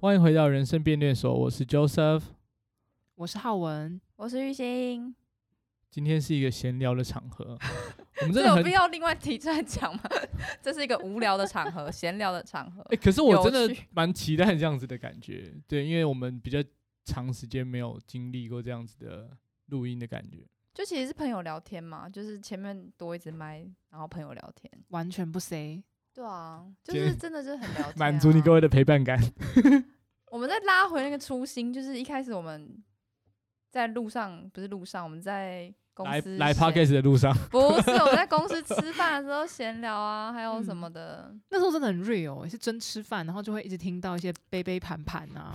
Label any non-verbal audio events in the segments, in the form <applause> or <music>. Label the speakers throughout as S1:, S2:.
S1: 欢迎回到人生辩论所，我是 Joseph。
S2: 我是浩文，
S3: 我是玉兴，
S1: 今天是一个闲聊的场
S3: <laughs>
S1: 合，我们真
S3: 这
S1: 的
S3: 有
S1: 很
S3: 必要另外提出来讲吗？ <laughs> 这是一个无聊的场合，闲聊的场合。
S1: 哎、可是我
S3: 有
S1: 真的
S3: 趣
S1: 蛮期待这样子的感觉，对，因为我们比较长时间没有经历过这样子的录音的感觉。
S3: 就其实是朋友聊天嘛，就是前面多一支麦，然后朋友聊天。
S2: 完全不 say。
S3: 对啊，就
S1: 今
S3: 是
S1: 天
S3: 真的就是很
S1: <laughs>
S3: 聊天、啊。
S1: 满足你各
S3: 位。
S1: 位的陪伴感，
S3: 我们再拉回那个初心，就是一开始我们在路上，不是路上，我们在公
S1: 来
S3: 司
S1: 来
S3: 闲
S1: podcast 的路上，
S3: 不是我们在公司吃饭的时候闲聊啊，还有
S1: 嗯
S3: 什么的。
S2: 那时候真的很 real，是哦真吃饭，然后就会一直听到一些杯杯盘盘
S1: <laughs>
S2: 啊、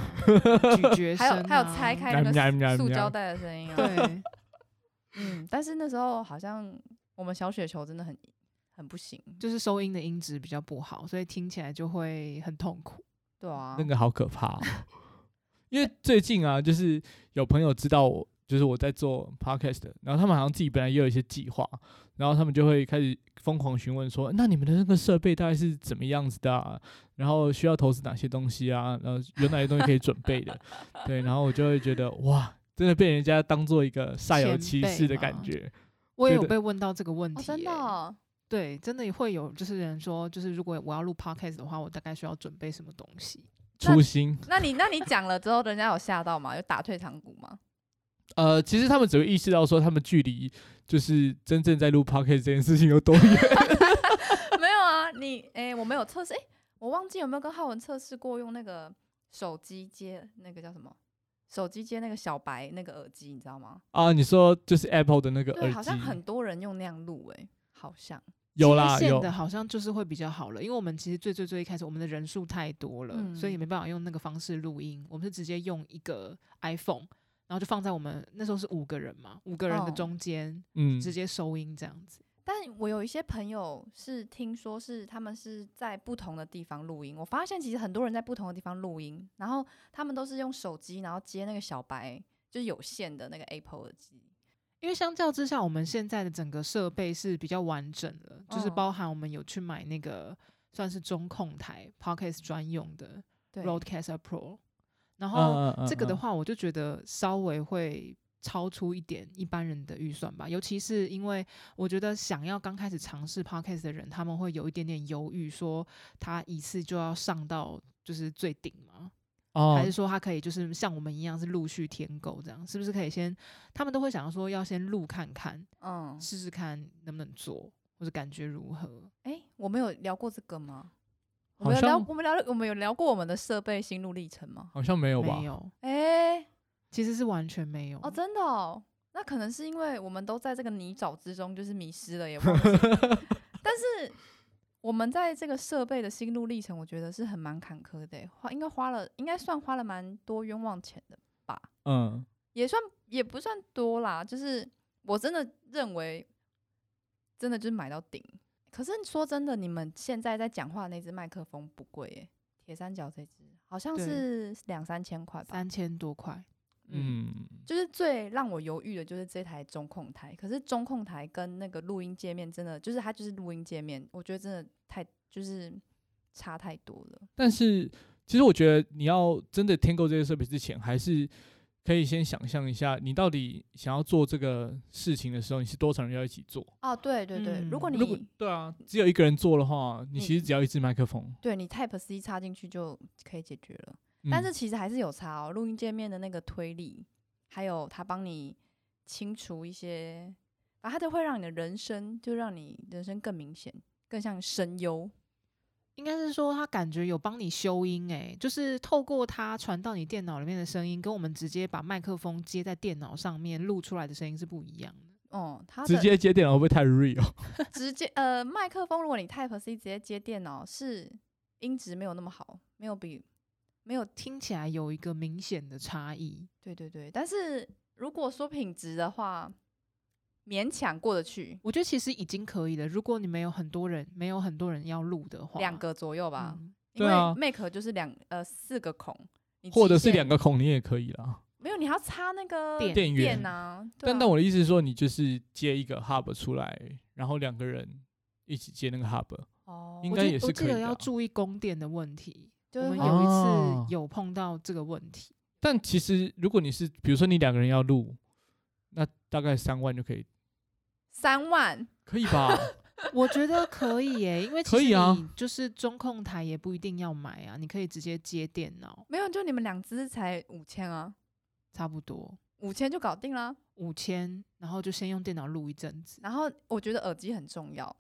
S2: 咀嚼声、
S3: 还
S2: 啊，
S3: 有还有拆开
S1: 喵
S3: 那
S1: 喵喵
S3: 个塑
S1: 喵
S3: 胶袋的声音啊，
S2: 对，
S3: 嗯，但是那时候好像我们小雪球真的很很不行，
S2: 就是收音的音质比较不好，所以听起来就会很痛苦。
S3: 对啊，
S1: 那个好可怕、哦。因为最近啊，就是有朋友知道我，就是我在做 podcast，的然后他们好像自己本来也有一些计划，然后他们就会开始疯狂询问说，那你们的那个设备大概是怎么样子的啊、然后需要投资哪些东西啊？然后有哪些东西可以准备的？对，然后我就会觉得哇，真的被人家当做一个煞有
S2: 前
S1: 其
S2: 辈
S1: 事的
S2: 嘛
S1: 感觉。
S2: 我也
S1: 觉
S2: 有
S1: 得
S2: 被问到这个问题
S3: 哦，
S2: 耶、
S3: 真的哦、
S2: 对，真的会有，就是人说，就是如果我要录 podcast 的话，我大概需要准备什么东西？
S3: 那
S1: 初心，
S3: 那你那你讲了之后，人家有吓到吗？有打退堂鼓吗？ <laughs>
S1: 呃，其实他们只会意识到说，他们距离就是真正在录 podcast 这件事情有多远。
S3: 没有啊，你哎、我没有测试，哎、我忘记有没有跟浩文测试过用那个手机接那个叫什么？手机接那个小白那个耳机，你知道吗？
S1: 啊，你说就是 Apple 的那个耳
S3: 对，
S1: 机，
S3: 好像很多人用那样录，哎，好像，
S1: 有啦
S2: 接线
S1: 有
S2: 的，好像就是会比较好了，因为我们其实最最最一开始我们的人数太多了，
S3: 嗯
S2: 所以也没办法用那个方式录音，我们是直接用一个 iPhone，然后就放在我们那时候是五个人嘛，五个人的
S3: 哦
S2: 中间、
S1: 嗯，
S2: 直接收音这样子。
S3: 但我有一些朋友是听说是他们是在不同的地方录音，我发现其实很多人在不同的地方录音，然后他们都是用手机，然后接那个小白就是有线的那个 Apple 耳机。
S2: 因为相较之下，我们现在的整个设备是比较完整的，就是
S3: 哦
S2: 包含我们有去买那个算是中控台 Podcast 专用的
S3: 对，
S2: Roadcaster Pro，
S1: 嗯
S2: 然后、
S1: 嗯嗯
S2: 这个的
S1: 嗯
S2: 话，我就觉得稍微会超出一点一般人的预算吧，尤其是因为我觉得想要刚开始尝试 podcast 的人，他们会有一点点犹豫，说他一次就要上到就是最顶吗？还
S1: 哦
S2: 是，说他可以就是像我们一样是陆续添购这样？是不是可以先？他们都会想要说要先录看看，
S3: 嗯，
S2: 试试看能不能做，或者感觉如何？
S3: 哎、我们有聊过这个吗？我
S1: 好
S3: 们有聊，
S1: 像
S3: 我们聊，我们有聊过我们的设备心路历程吗？
S1: 好像没有吧
S2: 没？有，
S3: 哎、
S2: 其实是完全没有。
S3: 哦，真的哦，那可能是因为我们都在这个泥沼之中，就是迷失了，也忘了自己。但是我们在这个设备的心路历程，我觉得是很蛮坎坷的耶，欸花应该花了，应该算花了蛮多冤枉钱的，
S1: 嗯，
S3: 也算也不算多啦。就是我真的认为，真的就是买到顶。可是说真的，你们现在在讲话的那只麦克风不贵耶，铁三角这只好像
S2: 对
S3: 是两三千块吧，
S2: 三千多块，
S1: 嗯，
S3: 就是最让我犹豫的就是这台中控台，可是中控台跟那个录音界面真的就是它就是录音界面，我觉得真的太就是差太多了。
S1: 但是其实我觉得你要真的添购这些设备之前，还是可以先想象一下，你到底想要做这个事情的时候，你是多少人要一起做？
S3: 哦，对对对，如果
S2: 嗯
S3: 你
S1: 如果对啊，只有一个人做的话，你
S3: 你
S1: 其实只要一支麦克风，
S3: 对你 Type C 插进去就可以解决了，
S1: 嗯
S3: 但是其实还是有差哦。录音界面的那个推力，还有它帮你清除一些，啊，它就会让你的人声就让你人声更明显，更像声优。
S2: 应该是说他感觉有帮你修音、诶，就是透过它传到你电脑里面的声音，跟我们直接把麦克风接在电脑上面录出来的声音是不一样的。
S3: 哦，它
S1: 直
S3: 的
S1: 接接电脑会不会太 real？
S3: 直接呃，麦克风，如果你 Type C 直接接电脑，是音质没有那么好，没有比没有
S2: 听起来有一个明显的差异，
S3: 对对对。但是如果说品质的话，勉强过得去，
S2: 我觉得其实已经可以了。如果你没有很多人，没有很多人要录的话，
S3: 两个左右吧，
S2: 嗯
S3: 因
S1: 对
S3: 为
S1: 啊
S3: Mac 就是两呃四个孔，你
S1: 或者
S3: 极
S1: 是
S3: 限
S1: 两个孔你也可以啦。
S3: 没有，你还要插那个
S2: 电
S1: 电源
S3: 啊。对
S1: 但
S3: 啊
S1: 但我的意思是说，你就是接一个 hub 出来，然后两个人一起接那个 hub。
S3: 哦，
S1: 应
S2: 我
S1: 该
S2: 记
S1: 也是
S2: 我记
S1: 可以
S2: 得
S1: 的
S2: 要
S1: 啊
S2: 注意供电的问题。
S3: 就是
S2: 我们
S3: 会
S2: 有一
S1: 哦
S2: 次有碰到这个问题，
S1: 但其实如果你是，比如说你两个人要录，那大概三万就可以，
S3: 三万，
S1: 可以
S3: <laughs>
S1: 吧？
S2: 我觉得可以耶、因为其
S1: 可以
S2: 实
S1: 啊
S2: 你就是中控台也不一定要买啊，你可以直接接电脑，
S3: 没有，就你们两只才五千啊，
S2: 差不多
S3: 五千就搞定啦。
S2: 五千，然后就先用电脑录一阵子。
S3: 然后我觉得耳机很重要，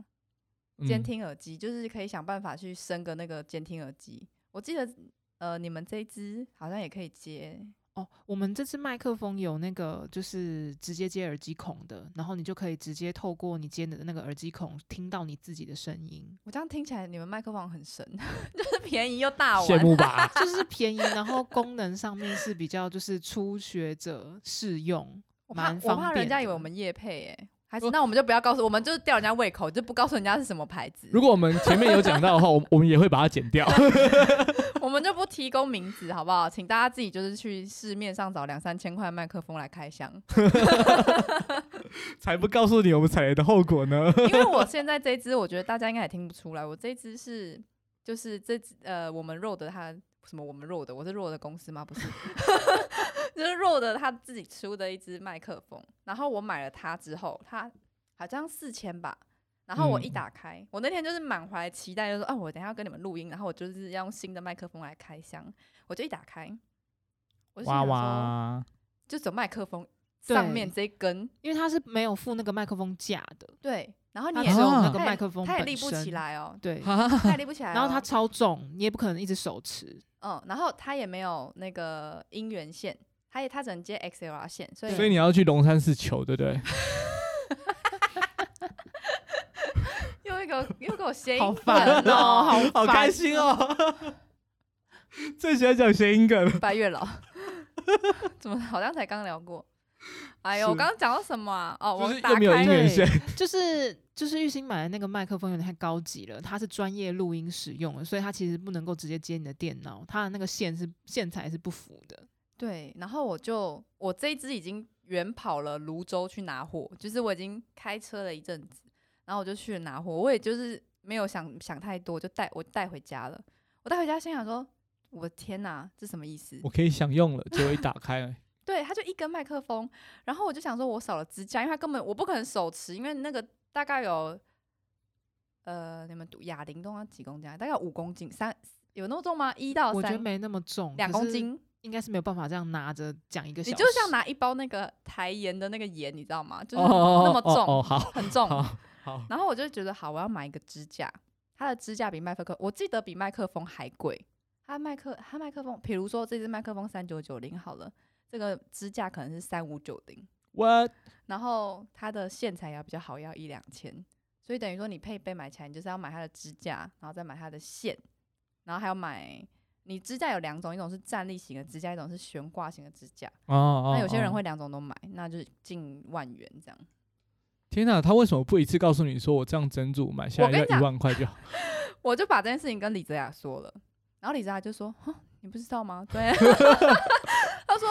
S1: 嗯
S3: 监听耳机就是可以想办法去升个那个监听耳机。我记得呃，你们这一支好像也可以接，
S2: 哦，我们这次麦克风有那个就是直接接耳机孔的，然后你就可以直接透过你接的那个耳机孔听到你自己的声
S3: <laughs>
S2: 音，
S3: 我这样听起来你们麦克风很神， <laughs> 就是便宜又大
S1: 羡
S3: 碗。
S1: 慕
S3: <laughs>
S1: 吧？
S2: 就是便宜，然后功能上面是比较就是初学者适用。
S3: 我怕
S2: 蛮
S3: 我
S2: 方
S3: 怕人
S2: 便
S3: 家
S2: 的
S3: 以为我们夜配哎、还
S1: 不
S3: 是那我们就不要告诉，我们就是吊人家胃口，就不告诉人家是什么牌子，
S1: 如果我们前面有讲到的话，我我们也会把它剪
S3: <laughs>
S1: 掉。
S3: 我们就不提供名字好不好？请大家自己就是去市面上找两三千块的麦克风来开箱。
S1: 才不告诉你我们踩雷的后果呢。
S3: 因为我现在这一支，我觉得大家应该也听不出来，我这一支是就是这支呃，我们 Road 它什么我们 Road，我是 Road 的公司吗？不是， <laughs> 就是 Road 他自己出的一支麦克风，然后我买了它之后，它好像四千吧。然后我一
S1: 嗯
S3: 打开，我那天就是满怀期待，就说：“啊，我等一下要跟你们录音，然后我就是要用新的麦克风来开箱。”我就一打开，我就心
S1: 哇
S3: 想说，
S1: 哇，
S3: 就只有麦克风上
S2: 对
S3: 面这一根，
S2: 因为它是没有附那个麦克风架的，
S3: 对，然后
S2: 它
S3: 你
S2: 只
S3: 也
S2: 有那
S1: 啊
S2: 个
S3: 它也
S2: 麦克风
S3: 它也
S2: 本
S3: 立不起
S2: 身。
S3: 来哦，
S2: 对，
S1: <laughs> 哈，
S3: 它也立不起来哦。
S2: 然后它超重，你也不可能一直手持。
S3: 嗯，然后它也没有那个音源线，它也它只能接 XLR 线，所以
S1: 所以你要去龙山寺求，对不对？
S3: 又一个又给我
S1: <laughs>
S3: 谐音
S2: 好
S3: 梗
S2: 烦
S3: <laughs>
S2: 哦好
S1: 好
S2: 烦
S1: 开心哦！ <laughs> 最喜欢讲谐音梗了。
S3: 白月老， <laughs> 怎么好像才刚聊过？哎呦，
S1: 是
S3: 我刚刚讲到什么啊？哦，
S1: 就
S3: 我
S1: 是
S3: 打
S1: 又没有
S3: 开
S1: 音源线，
S2: 就是就是玉兴买的那个麦克风有点太高级了，它是专业录音使用的，所以它其实不能够直接接你的电脑，它的那个线是线材是不符的。
S3: 对，然后我就我这一支已经远跑了泸州去拿货，就是我已经开车了一阵子，然后我就去拿货，我也就是没有想想太多，就带我带回家了。我带回家心想说，我的天哪，这什么意思？
S1: 我可以享用了。结果一打
S3: <laughs>
S1: 开，
S3: 对，它就一根麦克风，然后我就想说，我少了支架，因为它根本我不可能手持，因为那个大概有，呃，你们读哑铃重要几公斤啊？大概有五公斤，三有那么重吗？一到
S2: 我觉得
S3: 三，
S2: 没那么重，
S3: 两
S2: 可
S3: 公
S2: 是
S3: 斤。
S2: 应该是没有办法这样拿着讲一个小时。
S3: 你就像拿一包那个台盐的那个盐，你知道吗？就是
S1: 哦哦
S3: 那么重，
S1: 哦哦，好
S3: 很重。
S1: 好好，
S3: 然后我就觉得好，我要买一个支架，它的支架比麦克风，我记得比麦克风还贵。它麦克它麦克风，比如说这支麦克风三九九零好了，这个支架可能是三五九零，
S1: 我
S3: 然后它的线材要比较好，要一两千，所以等于说你配备买起来，你就是要买它的支架，然后再买它的线，然后还要买。你支架有两种，一种是站立型的支架，一种是悬挂型的支架。
S1: 哦哦，
S3: 那有些人
S1: 哦
S3: 会两种都买，那就是近万元这样。
S1: 天哪，他为什么不一次告诉你说我这样整组买下
S3: 我
S1: 来
S3: 跟
S1: 要
S3: 你讲
S1: 一万块就好？
S3: 我就把这件事情跟李泽雅说了，然后李泽雅就说：“哼，你不知道吗？专
S1: <laughs>
S3: 业，他说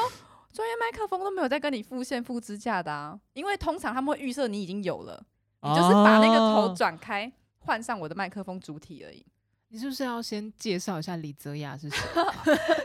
S3: 专业麦克风都没有在跟你付线付支架的啊，因为通常他们会预设你已经有了， <laughs> 你就是把那个头
S1: 啊
S3: 转开，换上我的麦克风主体而已。 <laughs>
S2: 你是不是要先介绍一下李泽雅是谁？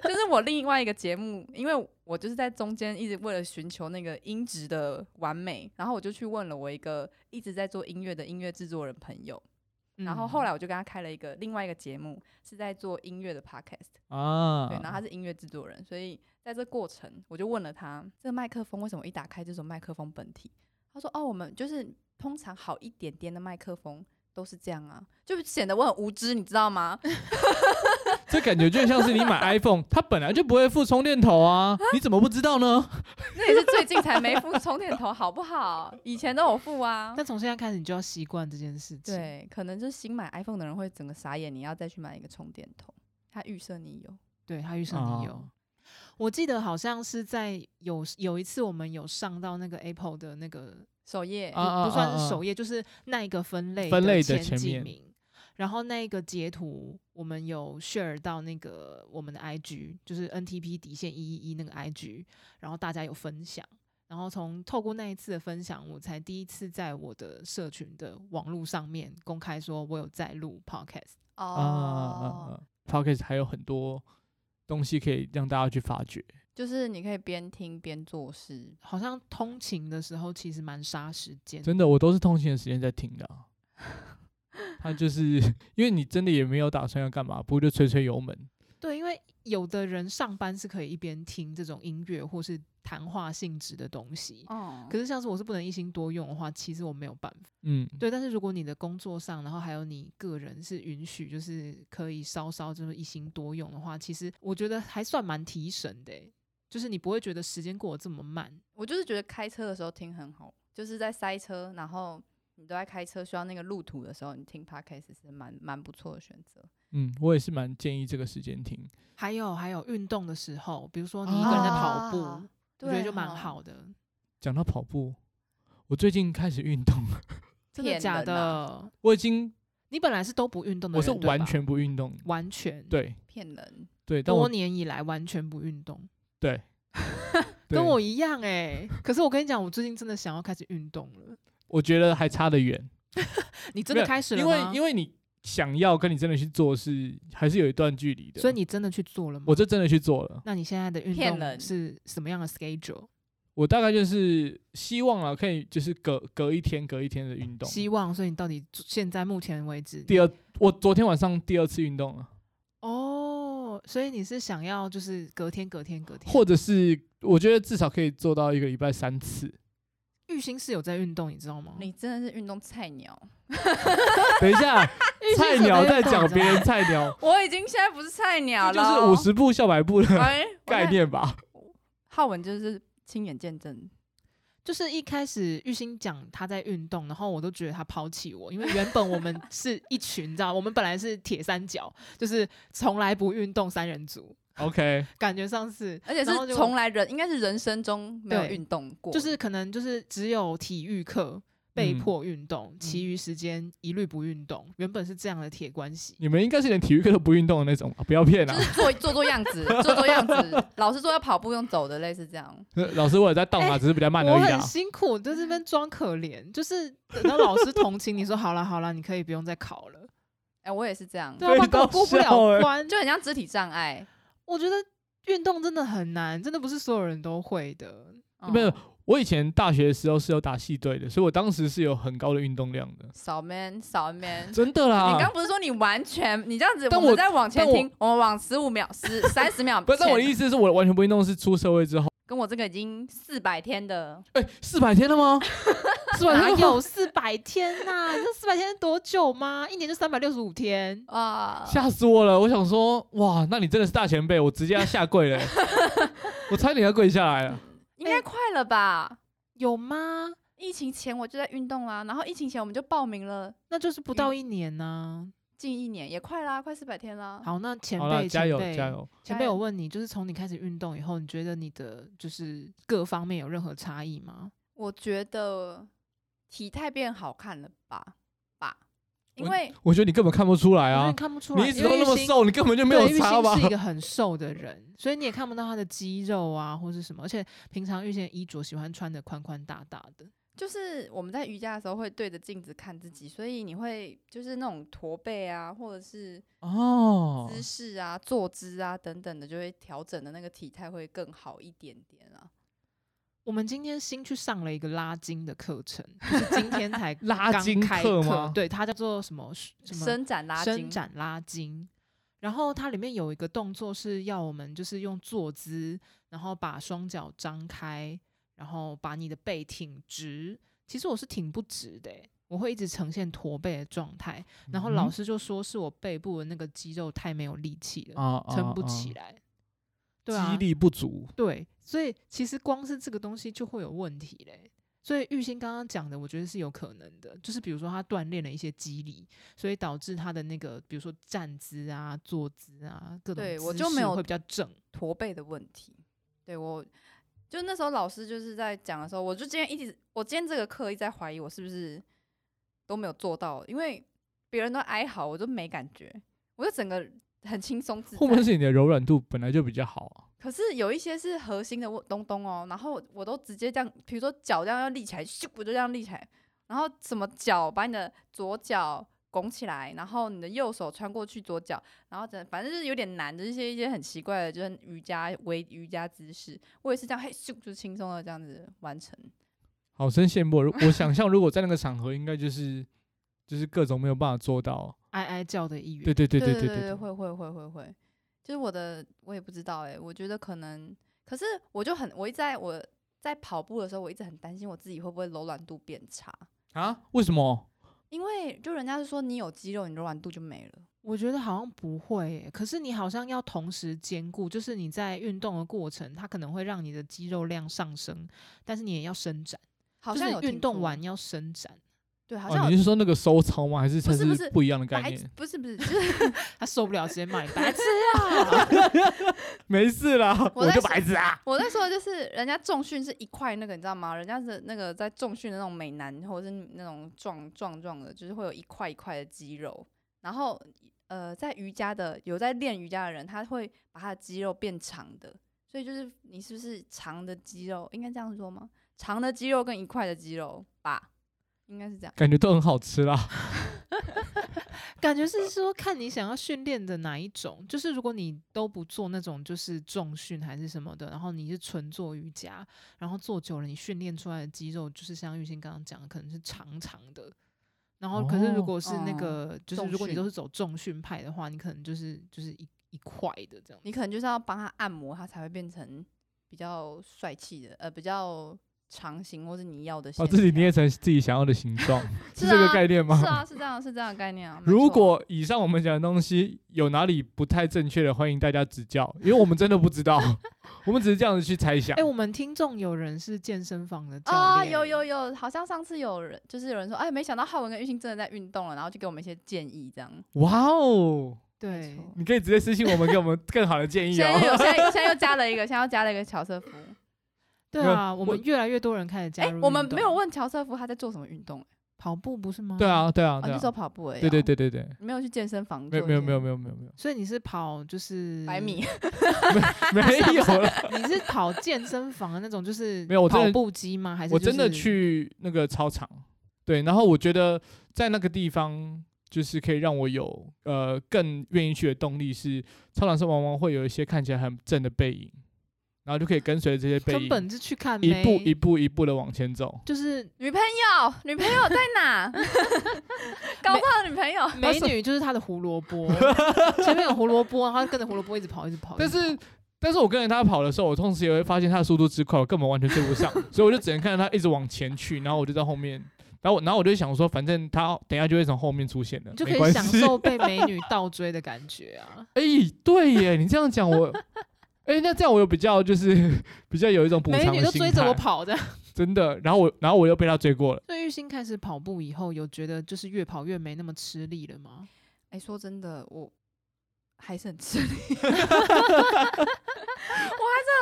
S3: 就是我另外一个节目，因为我就是在中间一直为了寻求那个音质的完美，然后我就去问了我一个一直在做音乐的音乐制作人朋友， <laughs> 然
S2: 嗯
S3: 后后来我就跟他开了一个另外一个节目，是在做音乐的 podcast。
S1: 啊，
S3: 对，然后他是音乐制作人，所以在这过程我就问了他，这个麦克风为什么一打开就种麦克风本体？他说：“哦，我们就是通常好一点点的麦克风都是这样啊，就显得我很无知，你知道吗？
S1: 这感觉就像是你买
S3: <laughs>
S1: iPhone，它本来就不会附充电头啊，你怎么不知道呢？
S3: 那也是最近才没付充电头，好不好？以前都有付啊。
S2: 但从现在开始，你就要习惯这件事情。，
S3: 对，可能就是新买 iPhone 的人会整个傻眼，你要再去买一个充电头，他预设你有。
S2: 对他遇上你有。
S1: 哦
S2: 我记得好像是在有有一次我们有上到那个 Apple 的那个
S3: 首页
S1: 啊
S2: 不算是首
S1: 页，
S2: 页，就是那一个分类
S1: 分类的
S2: 前
S1: 前
S2: 几
S1: 面
S2: 名。然后那一个截图，我们有 share 到那个我们的 IG，就是 NTP 底线一一一那个 IG，然后大家有分享。然后从透过那一次的分享，我才第一次在我的社群的网络上面公开说我有在录 podcast。
S1: 啊啊啊
S3: 哦，
S1: 啊 podcast 还有很多东西可以让大家去发掘。
S3: 嗯就是你可以边听边做事，
S2: 好像通勤的时候其实蛮杀时间，
S1: 真的，我都是通勤的时间在听的啊、 <laughs> 他就是 <laughs> 因为你真的也没有打算要干嘛，不如就吹吹油门。
S2: 对，因为有的人上班是可以一边听这种音乐或是谈话性质的东西，
S3: 哦
S2: 可是像是我是不能一心多用的话，其实我没有办法。
S1: 嗯，
S2: 对，但是如果你的工作上，然后还有你个人是允许，就是可以稍稍就是一心多用的话，其实我觉得还算蛮提神的欸、就是你不会觉得时间过得这么慢。
S3: 我就是觉得开车的时候听很好，就是在塞车，然后你都在开车需要那个路途的时候，你听 podcast 是蛮蛮不错的选择。
S1: 嗯，我也是蛮建议这个时间听。
S2: 还有还有运动的时候，比如说你一个人在跑步，
S3: 啊
S2: 我觉得就蛮
S3: 哦，
S2: 好的。
S1: 讲到跑步，我最近开始运动了，
S2: 真的
S3: 骗
S2: 假
S3: 人
S2: 的？
S3: 啊
S1: 我已经
S2: 你本来是都不运动的
S1: 我
S2: 人，
S1: 是
S2: 对吧嗯
S1: 完全不运动，
S2: 完全，
S1: 对
S3: 骗人，
S1: 对，但
S2: 多
S1: 我
S2: 年以来完全不运动， <laughs>
S1: 对，对
S2: 跟我一样哎、可是我跟你讲，我最近真的想要开始运动了。
S1: 我觉得还差得远，
S2: 你真
S1: 没
S2: 的
S1: 有
S2: 开始了
S1: 因
S2: 吗？
S1: 为因为你想要跟你真的去做是还是有一段距离的，
S2: 所以你真的去做了吗？
S1: 我就真的去做了。
S2: 那你现在的运
S3: 骗
S2: 动
S3: 人
S2: 是什么样的 schedule？
S1: 我大概就是希望啊，可以就是隔隔一天隔一天的运动。
S2: 希望，所以你到底现在目前为止，
S1: 第二，我昨天晚上第二次运动了，啊
S2: 哦，所以你是想要就是隔天隔天隔天，
S1: 或者是我觉得至少可以做到一个礼拜三
S2: <laughs>
S1: 次。
S2: 玉兴是有在运动，你知道吗？
S3: 你真的是运动菜鸟。
S1: 等一下，
S2: 玉兴是
S1: 菜
S2: 有
S1: 鸟
S2: 在
S1: 在
S2: 运动
S1: 讲
S2: 你知道
S1: 别
S2: 吗
S1: 人菜鸟，
S3: 我已经现在不是菜鸟
S1: 这
S3: 了，
S1: 就是五十步笑百步的
S3: 哎
S1: 概。念吧？
S3: 浩文就是亲眼见证，
S2: 就是一开始玉兴讲他在运动，然后我都觉得他抛弃我，因为原本我们是一群，你知道，我们本来是铁三角，就是从来不运动三人组，
S1: OK，
S2: 感觉上是，
S3: 而且
S2: 然后就是
S3: 从来人应该是人生中没有
S2: 对
S3: 运动过，
S2: 就是可能就是只有体育课被迫运动，其余时间一律不运动，原本是这样的铁关系。
S1: 你们应该是连体育课都不运动的那
S2: <laughs>
S1: 种吧？不要骗
S3: 就
S1: 啊！ <laughs>
S3: 是做做做样子，做做样子。老师说要跑步用走的，类似这样。
S1: <laughs> 老师，我也在动
S2: 哎
S1: 啊，只是比较慢而
S2: 我
S1: 已啊
S2: 很。辛苦，在这边装可怜，就是等到老师同情你说好了好了，你可以不用再考了，
S3: 哎、我也是这样，
S2: 对啊，
S1: 被
S2: 他根本
S1: 到
S2: 过不
S1: 笑
S2: 了
S1: 欸
S2: 关。就
S3: 就很像肢体障碍。
S2: 我觉得运动真的很难，真的不是所有人都会的。
S3: 嗯
S1: 没有我以前大学的时候是有打系队的，所以我当时是有很高的运动量
S2: <laughs>
S1: 的，
S3: 少 man 少
S1: <laughs>
S3: man。
S1: 真的啦。
S3: 你刚不是说你完全你这样子，
S1: 啊但
S3: 我们
S1: 我
S3: 再往前
S1: 但我
S3: 听，我们往十五秒、
S1: <laughs>
S3: 十三十秒前。
S1: 不是，但我的意思是我完全不运动，是出社会
S2: <laughs>
S1: 之后，
S3: 跟我这个已经四百天的，
S1: 哎、四百天了
S2: <laughs>
S1: 吗？四百
S2: 哪
S1: 天了吗
S2: 啊有四百天呐、这四百天是多久吗？一年就三百六十五天。
S3: 啊，
S1: 吓死我了！我想说，哇，那你真的是大前辈，我直接要下跪
S2: <laughs>
S1: 了欸、我差点要跪下来了。
S3: 应该快了吧？
S2: 有吗？
S3: 疫情前我就在运动啦，然后疫情前我们就报名了，
S2: 那就是不到一年呢、
S3: 近一年也快啦，快四百天啦。
S2: 好，那前
S1: 好了，
S2: 辈，
S1: 加
S2: 前
S1: 油
S2: 辈，
S1: 加油！
S2: 前辈，我问你，就是从你开始运动以后，你觉得你的就是各方面有任何差异吗？
S3: 我觉得体态变好看了吧？吧，因为
S1: 我觉得你根本看不出来
S2: 我觉得
S1: 啊
S2: 你，看不出来，
S1: 你一直
S2: 因
S1: 都
S2: 为
S1: 那么
S2: 玉兴，
S1: 瘦，你根本就没有
S2: 对玉
S1: 差
S2: 兴
S1: 吧？
S2: 是一个很瘦的人，所以你也看不到他的肌肉啊，或是什么。而且平常玉兴衣着喜欢穿的宽宽大大的，
S3: 就是我们在瑜伽的时候会对着镜子看自己，所以你会就是那种驼背啊，或者是
S1: 哦，
S3: 姿势啊、坐姿啊等等的，就会调整的那个体态会更好一点点啊。
S2: 我们今天新去上了一个拉筋的课程，就是今
S1: <laughs>
S2: 天才
S1: 拉
S2: 刚
S1: 筋
S2: 开
S1: 啊课吗
S2: 对，它叫做什么什么
S3: 伸展拉
S2: 伸
S3: 筋，
S2: 展拉筋。然后它里面有一个动作是要我们就是用坐姿，然后把双脚张开，然后把你的背挺直。其实我是挺不直的欸、我会一直呈现驼背的状态。然后老
S1: 嗯
S2: 师就说是我背部的那个肌肉太没有力气了，
S1: 啊
S2: 撑不起
S1: 来，
S2: 来。对啊
S1: 肌，力不足。
S2: 对，所以其实光是这个东西就会有问题嘞。所以玉兴刚刚讲的，我觉得是有可能的，就是比如说他锻炼了一些肌力，所以导致他的那个，比如说站姿啊、坐姿啊，各种
S3: 对我
S2: 姿
S3: 就没
S2: 势
S3: 有
S2: 会比较正。
S3: 驼背的问题。对我，就那时候老师就是在讲的时候，我就今天一直，我今天这个课一直在怀疑我是不是都没有做到，因为别人都哀嚎，我都没感觉，我就整个很轻松自
S1: 会不会
S3: 在。
S1: 是你的柔软度本来就比较好
S3: 可是有一些是核心的问东东哦，然后我都直接这样，比如说脚这样要立起来，咻，我就这样立起来，然后什么脚把你的左脚。拱起来，然后你的右手穿过去左脚，然后整反正就是有点难，就是一些一些很奇怪的，就是瑜伽微瑜伽姿势。我也是这样，嘿咻，就轻松的这样子完成。
S1: 好生羡慕。如我想象，如果在那个场合，应该就是就是各种没有办法做到。
S2: 哀哀叫的一员。
S1: 对对对
S3: 对
S1: 对
S3: 对
S1: 对，
S3: 会会会会会，就是我的我也不知道哎、我觉得可能，可是我就很我一直在我在跑步的时候，我一直很担心我自己会不会柔软度变差，
S1: 啊？为什么？
S3: 因为就人家是说你有肌肉，你柔软度就没了。
S2: 我觉得好像不会耶，可是你好像要同时兼顾，就是你在运动的过程，它可能会让你的肌肉量上升，但是你也要伸展，
S3: 好
S2: 就
S3: 像
S2: 是
S3: 有
S2: 运
S3: 听
S2: 动
S3: 说
S2: 完要伸展，
S3: 对，好
S1: 哦，
S3: 像
S1: 你
S3: 有
S1: 是说那个收操吗？还是它
S3: 不是不是
S1: 不一样的概 <laughs>
S3: 白
S1: 念？
S3: 不是
S2: <laughs>
S3: 不是，就是 <laughs>
S2: 他受不了直接骂你白痴。啊 <laughs>
S1: 没事啦，
S3: 我
S1: 我
S3: 在
S1: 就
S3: 想
S1: 白痴啊。
S3: 我在说的就是人家重训是一块那个你知道吗？人家是那个在重训的那种美男或者是那种壮壮壮的，就是会有一块一块的肌肉，然后呃，在瑜伽的有在练瑜伽的人，他会把他的肌肉变长的，所以就是你是不是长的肌肉应该这样说吗？长的肌肉跟一块的肌肉吧，应该是这样。
S1: 感觉都很好吃啦。
S2: 感觉是说看你想要训练的哪一种，就是如果你都不做那种就是重训还是什么的，然后你是纯做瑜伽，然后做久了你训练出来的肌肉就是像玉鑫刚刚讲的，可能是长长的。然后可是
S1: 哦
S2: 如果是那
S3: 嗯
S2: 个、就是
S3: 重
S2: 如果你都
S3: 训
S2: 是走重训派的话，你可能就是就是一一块的这样。
S3: 你可能就是要帮他按摩，他才会变成比较帅气的，呃，比较长型或是你要的线条。
S1: 把哦自己捏成自己想要的形状，
S3: 是
S1: 这个
S3: 啊
S1: 概念吗？
S3: 是啊，是这样，是这样的概念啊。没
S1: 如
S3: 错
S1: 果以上我们讲的东西有哪里不太正确的，欢迎大家指教，因为我们真的不知道，我们只是这样子去猜想
S2: 哎、。我们听众有人是健身房的教
S3: 啊、
S2: 练，
S3: 有有有，好像上次有人就是有人说，哎，没想到浩文跟玉兴真的在运动了，然后就给我们一些建议，这样。
S1: 哇哦，
S2: 对，
S3: 错
S1: 你可以直接私信我们，给我们更好的建
S3: <laughs>
S1: 议
S3: 现在
S1: <laughs>
S3: 又有，
S1: 哦。
S3: 现在现在又加了一个，现在又加了一个乔瑟夫。
S2: 对
S1: 没有
S2: 啊，我
S1: 我
S2: 们越来越多人开 <laughs> 始加
S3: 哎
S2: 入、，
S3: 我们没有问乔瑟夫他在做什么运动、哎
S2: 跑步不是吗？
S1: 对啊，对啊，
S3: 啊，
S1: 哦对
S3: 就说
S1: 啊，
S3: 跑步而已、
S1: 对对，对对对，
S3: 没有去健身房
S1: 没
S3: 做一
S1: 有
S3: 些，
S1: 没有没有没有没
S2: <laughs>
S1: 有没有
S2: 所以你是跑就是
S3: 百米，
S1: 没有了。
S2: <laughs> 你是跑健身房的那种，就是
S1: 没有我真的
S2: 跑步机吗？还是、
S1: 我真的？去那个操场，对，然后我觉得在那个地方就是可以让我有呃更愿意去的动力是，操场上往往会有一些看起来很正的背影，然后就可以跟随着这些背
S2: 根
S1: 影
S2: 本是去看
S1: 一
S2: 妹
S1: 步一步一步的往前走。
S2: 就是
S3: 女朋友，女朋友在 <laughs> 哪？搞不好女朋友。
S2: 美女，就是她的胡萝
S1: <laughs>
S2: 卜，前面有胡萝卜，然后她跟着胡萝卜一直跑，一直跑。
S1: 但
S2: 一直
S1: 是
S2: 跑，
S1: 但是我跟着他跑的时候，我同时也会发现他的速度之快，我根本完全追不
S2: <laughs>
S1: 上，所以我就只能看着他一直往前去，然后我就在后面，然后我然后我就想说，反正他等一下就会从后面出现的，
S2: 你就可
S1: 没关
S2: 以享
S1: 系。
S2: 受被美女倒追的感觉啊！
S1: 哎、对耶，你这样讲我， <laughs> 哎、那这样我有比较就是比较有一种 <laughs> 补
S2: 美
S1: 偿
S2: 女
S1: 的
S2: 都
S1: 心
S2: 追着我
S1: 态，
S2: 跑的。 <laughs>
S1: 真的。然后我，然后我又被他追过了。
S2: 所以玉鑫开始跑步以后，有觉得就是越跑越没那么吃力了吗？
S3: 哎、说真的，我还是很吃力， <laughs> 我还是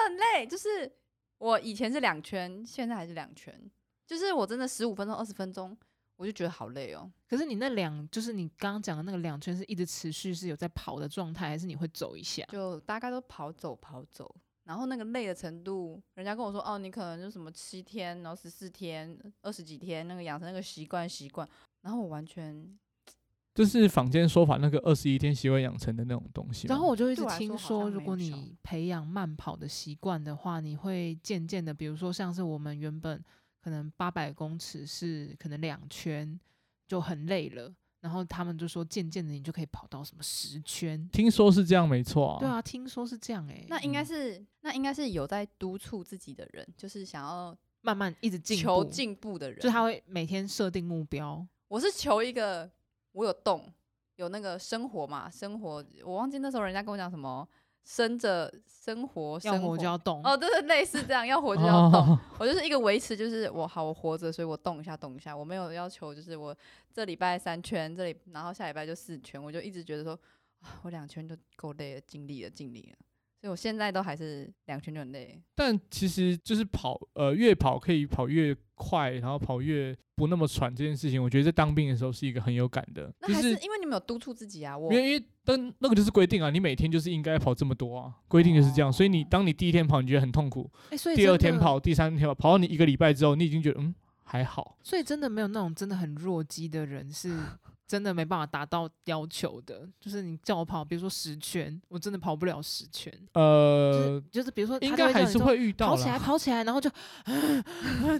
S3: 很累。就是我以前是两圈，现在还是两圈。就是我真的十五分钟、二十分钟，我就觉得好累哦。
S2: 可是你那两，就是你刚刚讲的那个两圈，是一直持续是有在跑的状态，还是你会走一下？
S3: 就大概都跑走跑走，然后那个累的程度，人家跟我说哦，你可能就什么七天，然后十四天、二十几天，那个养成那个习惯习惯。然后我完全
S1: 就是坊间说法那个二十一天习惯养成的那种东西嘛，
S2: 然后我就一
S3: 对
S2: 直
S3: 我来
S2: 听
S3: 说好
S2: 说，
S3: 像
S2: 如
S3: 没
S2: 果
S3: 有效
S2: 你培养慢跑的习惯的话，你会渐渐的，比如说像是我们原本可能八百公尺是可能两圈就很累了，然后他们就说渐渐的你就可以跑到什么十圈。
S1: 听说是这样，没错、
S2: 对，啊，听说是这样欸诶、
S3: 那应该
S1: 嗯
S3: 是那应该是有在督促自己的人，就是想要
S2: 慢慢一直进
S3: 求
S2: 步，
S3: 进步的人，
S2: 就他会每天设定目标。
S3: 我是求一个我有动，有那个生活嘛，生活我忘记那时候人家跟我讲什么，生着生活，
S2: 要
S3: 生
S2: 活
S3: 活
S2: 就要动，
S3: 哦，对对，类似这样，要活就要动。
S1: 哦，
S3: 我就是一个维持，就是我好，我活着，所以我动一下，动一下。我没有要求，就是我这礼拜三圈，这里然后下礼拜就四圈，我就一直觉得说，啊，我两圈就够累了，尽力了，尽力了。所以我现在都还是两圈就很累。
S1: 但其实就是跑，呃，越跑可以跑越快，然后跑越不那么喘这件事情，我觉得在当兵的时候是一个很有感的，
S3: 那
S1: 就
S3: 还
S1: 是
S3: 是因为你们有督促自己啊，我
S1: 因为因为但那个就是规定啊，你每天就是应该跑这么多啊，规定就是这样，所以你当你第一天跑你觉得很痛苦，
S2: 哎、所以
S1: 第二
S2: 哦真
S1: 天
S2: 的，
S1: 跑，第三天跑，跑到你一个礼拜之后，你已经觉得嗯还好， <laughs>
S2: 所以真的没有那种真的很弱鸡的人是真的没办法达到要求的，就是你叫我跑，比如说十圈，我真的跑不了十圈。
S1: 呃，
S2: 就是比如说，
S1: 应该还是会遇到
S2: 跑起来，
S1: 啦，
S2: 跑起来，然后就 <laughs>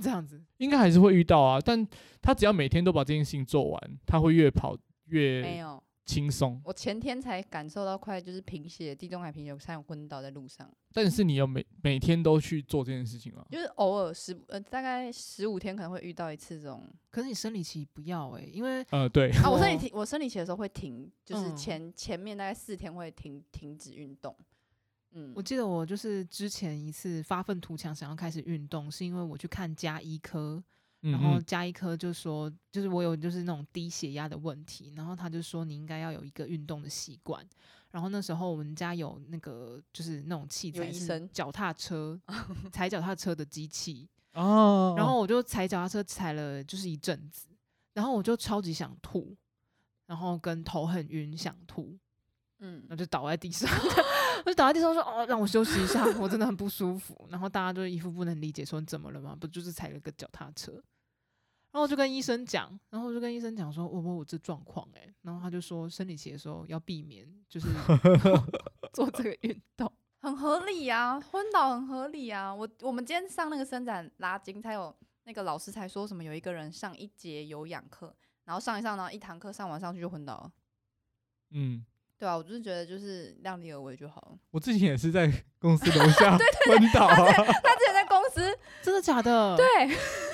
S2: 这样子。
S1: 应该还是会遇到啊。但他只要每天都把这件事情做完，他会越跑
S3: 没
S1: 越
S3: 有，
S1: 轻松。
S3: 我前天才感受到快就是贫血，地中海贫血，我差点昏倒在路上。
S1: 但是你要每每天都去做这件事情啊。
S3: 就是偶尔十呃大概十五天可能会遇到一次这种
S2: 可是你生理期不要哎、
S1: <laughs>
S2: 因为
S1: 呃，对，
S3: 啊，我生理
S2: 哦
S3: 期我生理期的时候会停，就是
S2: 嗯
S3: 前、前面大概四天会停停止运动，嗯
S2: 我，记得我就是之前一次发愤图强想要开始运动，是因为我去看加医科，
S1: 嗯
S2: 然后
S1: 哼，
S2: 加医科就说，就是我有就是那种低血压的问题，然后他就说你应该要有一个运动的习惯。然后那时候我们家有那个就是那种器
S3: 有
S2: 材
S3: 医
S2: 是
S3: 生
S2: 脚踏
S3: <laughs>
S2: 车，踩脚踏车的机器，
S1: 啊，
S2: 然后我就踩脚踏车踩了就是一阵子，然后我就超级想吐，然后跟头很晕想吐，
S3: 嗯
S2: 然后就倒在地上， <laughs> 我就倒在地上说：“哦，让我休息一下，我真的很不舒服。”然后大家就一副不能理解，说：“你怎么了嘛？不就是踩了个脚踏车？”然后我就跟医生讲，然后我就跟医生讲说：“我哦我我这状况哎。”然后他就说：“生理期的时候要避免，就是 <laughs> 做这个运动。
S3: 很合理啊，昏倒很合理啊。我我们今天上那个伸展拉筋，才有那个老师才说什么有一个人上一节有氧课，然后上一上，然后一堂课上完上去就昏倒了。
S1: 嗯，
S3: 对啊，我就是觉得就是量力而为就好了。
S1: 我之前也是在公司
S2: <laughs>
S1: 楼下昏倒啊，
S3: 他之前在公司，”
S2: <laughs> 真的假的？
S3: 对，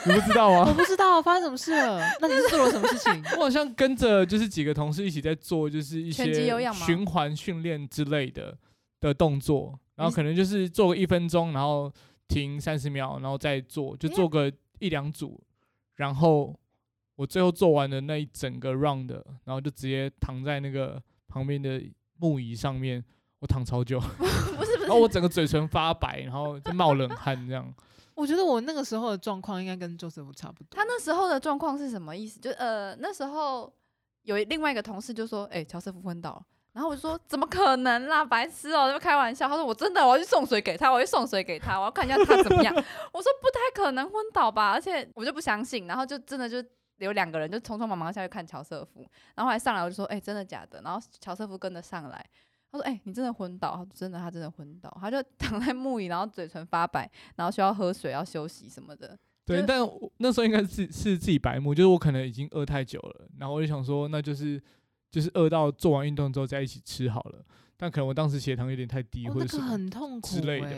S1: 你不知道啊吗
S2: <laughs> 我？不知道发生什么事 <laughs> 了。那你是做了什么事情？
S1: 我好像跟着就是几个同事一起在做，就是一些
S3: 拳击有氧吗
S1: 循环训练之类的的动作，然后
S3: 你
S1: 可能就是做个一分钟，然后停三十秒，然后再做，就
S3: 哎呀
S1: 做个一两组，然后我最后做完的那一整个 round，的然后就直接躺在那个旁边的木椅上面，我躺超久，
S3: <laughs> 不是不
S1: 然
S3: 是，
S1: 后我整个嘴唇发白，然后就冒冷汗这样。
S2: <laughs> 我觉得我那个时候的状况应该跟 Joseph 差不多。
S3: 他那时候的状况是什么意思？就呃，那时候有另外一个同事就说：“哎、乔瑟夫昏倒了。”然后我就说：“怎么可能啦，白痴哦、就开玩笑。”他说：“我真的，我要去送水给他，我要去送水给他，我要看一下他怎么样。”我说：“不太可能昏倒吧？”而且我就不相信，然后就真的就。有两个人就匆匆忙忙下去看乔瑟夫，然后后来上来我就说：“哎、真的假的？”然后乔瑟夫跟着上来，他说：“哎、你真的昏倒？”他说：“真的，他真的昏倒。”他就躺在木椅，然后嘴唇发白，然后需要喝水、要休息什么的。
S1: 对，
S3: 就
S1: 但我那时候应该是是自己白目，就是我可能已经饿太久了，然后我就想说，那就是就是饿到做完运动之后再一起吃好了。但可能我当时血糖有点太低，
S2: 哦，
S1: 或
S2: 那
S1: 者什
S2: 个
S1: 么，
S2: 很痛苦、欸、
S1: 之类的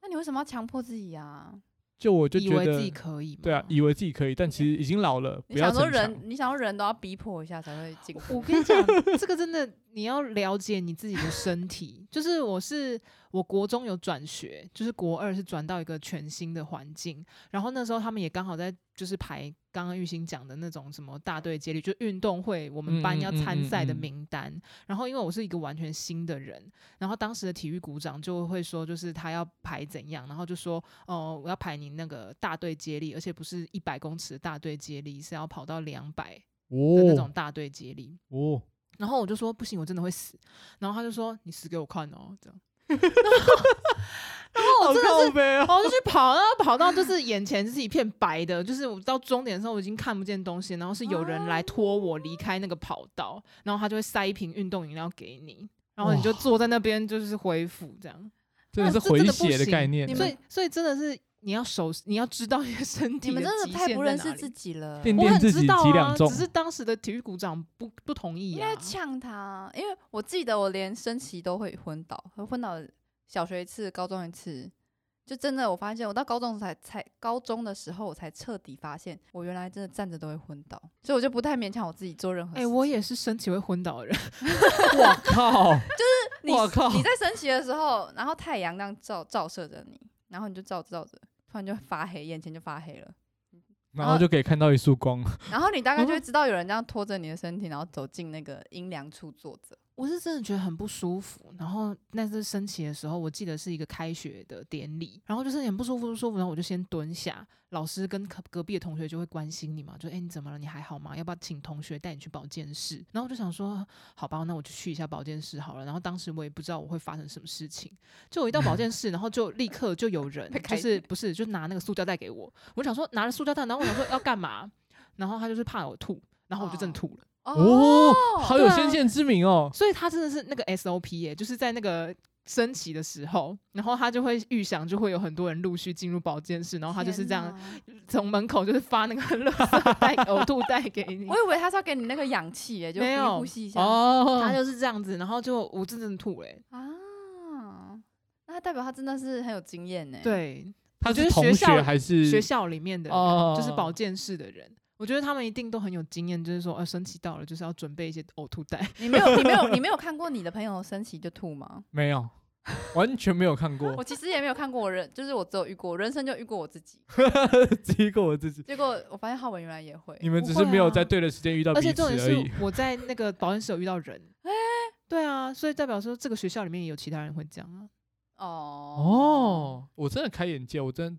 S3: 那你为什么要强迫自己啊？
S1: 就我就
S2: 以
S1: 觉
S2: 为自
S1: 得
S2: 己，可哦以嘛。
S1: 对啊，以为自己可以，但其实已经老了，
S3: 你
S1: 不要
S3: 想说
S1: 逞强
S3: 人，。你想说人都要逼迫一下才会进步。
S2: 我跟你讲，这个真的你要了解你自己的身体。就是我是我国中有转学，就是国二是转到一个全新的环境，然后那时候他们也刚好在就是排刚刚玉兴讲的那种什么大队接力，就运动会我们班
S1: 嗯嗯
S2: 要
S1: 嗯
S2: 参
S1: 嗯
S2: 赛的
S1: 嗯
S2: 名单。然后因为我是一个完全新的人，然后当时的体育股长就会说，就是他要排怎样，然后就说哦，我要排你那个大队接力，而且不是一百公尺的大队接力，是要跑到两百的那种
S1: 哦
S2: 大队接力。
S1: 哦，
S2: 然后我就说不行，我真的会死。然后他就说你死给我看哦，这
S3: <laughs>
S2: 样。然后，然后我哦真的
S1: 好
S2: 是
S1: 靠背
S2: <laughs>
S1: 啊！
S2: 然后就去跑，然后跑到就是眼前是一片白的，就是我到终点的时候我已经看不见东西，然后是有人
S3: 哦
S2: 来拖我离开那个跑道，然后他就会塞一瓶运动饮料给你，然后你就坐在那边就是恢复这样，
S1: 真的是
S2: 那这真
S1: 回
S2: 的不
S1: 血的概
S2: 行
S1: 念
S3: 你
S1: 啊，
S2: 所以所以真的是你要熟，你要知道你的身体
S3: 你们真
S2: 极
S3: 的太
S2: 限
S3: 不
S2: 在
S3: 认
S2: 哪
S3: 识
S2: 里
S3: 自己了。
S1: 练
S2: 我
S1: 练
S2: 很
S1: 自
S2: 知
S1: 己
S2: 道
S1: 几两
S2: 啊，
S1: 重
S2: 只，是当时的体育股长不不同意
S3: 应
S2: 啊
S3: 该，呛他，因为我记得我连升旗都会昏倒，昏倒小学一次，高中一次。就真的，我发现我到高中才才高中的时候，我才彻底发现，我原来真的站着都会昏倒，所以我就不太勉强我自己做任何事
S2: 哎、
S3: 情。
S2: 我也是升旗会昏倒的人，
S1: 我靠！
S2: <laughs>
S3: 你
S1: 我靠
S3: 你在升旗的时候，然后太阳那样照照射着你，然后你就照着照着，突然就发黑，眼前就发黑了。
S1: 然
S2: 啊
S1: 后就可以看到一束光，
S3: 然后你大概
S2: 哦
S3: 就会知道有人这样拖着你的身体，然后走进那个阴凉处坐着。
S2: 我是真的觉得很不舒服。然后那次升旗的时候，我记得是一个开学的典礼，然后就是很不舒服，不舒服，然后我就先蹲下，老师跟隔隔壁的同学就会关心你嘛，就哎、你怎么了？你还好吗？要不要请同学带你去保健室？然后我就想说，好吧，那我就去一下保健室好了。然后当时我也不知道我会发生什么事情，就我一到保健室，然后就立刻就有人
S3: <laughs> 被
S2: 就
S3: 开
S2: 是不是就拿那个塑胶袋给我，我想说拿了塑胶袋，然后我想说要干嘛？然后他就是怕我吐，然后我就真的
S3: 哦
S2: 吐了。
S1: 哦，好有
S2: 对啊
S1: 先见之明哦。
S2: 所以他真的是那个 SOP 耶、就是在那个升旗的时候，然后他就会预想就会有很多人陆续进入保健室，然后他就是
S3: 天
S2: 这样
S3: 哪
S2: 从门口就是发那个垃圾袋、呕吐袋给你
S3: 我。以为他是要给你那个氧气耶，就
S2: 没
S3: 呼
S2: 有
S3: 呼吸一下
S1: 哦，
S2: 他就是这样子，然后就我真正吐
S3: 嗯
S2: 嘞、
S3: 啊。那他代表他真的是很有经验呢。，
S2: 欸对，
S1: 他
S2: 我觉
S1: 是
S2: 得
S1: 同
S2: 学校
S1: 学还是
S2: 学校里面的人
S1: 哦
S2: 就是保健室的人，我觉得他们一定都很有经验，就是说，呃，升旗到了，就是要准备一些呕吐袋。<laughs>
S3: 你没有，你没有，你没有看过你的朋友升旗就吐吗？
S1: 没有， <laughs> 完全没有看
S3: 我
S1: 过，
S3: 其实也没有看过，我人就是我只有遇过，我人生就遇过我自己。
S1: <laughs> 只一个我自己。
S3: 结果我发现浩文原来也会，
S1: 你们只
S2: 不
S1: 是
S2: 会
S1: 没有
S2: 啊
S1: 在对的时间遇到
S2: 而
S1: 彼
S2: 且
S1: 此
S2: 重点
S1: 而已。
S2: 是我在那个保健室有遇到
S3: <laughs>
S2: 人，哎、对啊，所以代表说这个学校里面也有其他人会这样啊。
S3: 哦
S1: 哦，我真的开眼界，我
S2: <laughs>
S1: 真，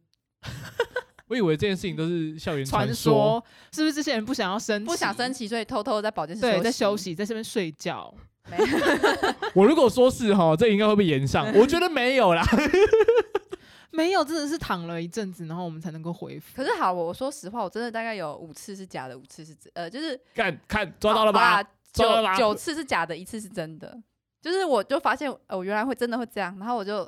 S1: 我以为这件事情都是校园
S2: 传
S1: 说。
S2: 说是不是这些人不想要升旗，
S3: 不想升旗，所以偷偷在保健室
S2: 对，在休
S3: 休。
S2: 息，在这边睡觉。
S3: 没有
S1: 我如果说是哈，这应该会被延
S2: <laughs>
S1: 上。我觉得没有啦，
S2: 没有，真的是躺了一阵子，然后我们才能够恢复。
S3: 可是好，我我说实话，我真的大概有五次是假的，五次是真，呃，就是
S1: 看看抓到了
S3: 好
S1: 吧
S3: 好？啦
S1: 抓到了吧
S3: 九九次是假的，一次是真的。就是我就发现，呃我原来会真的会这样，然后我就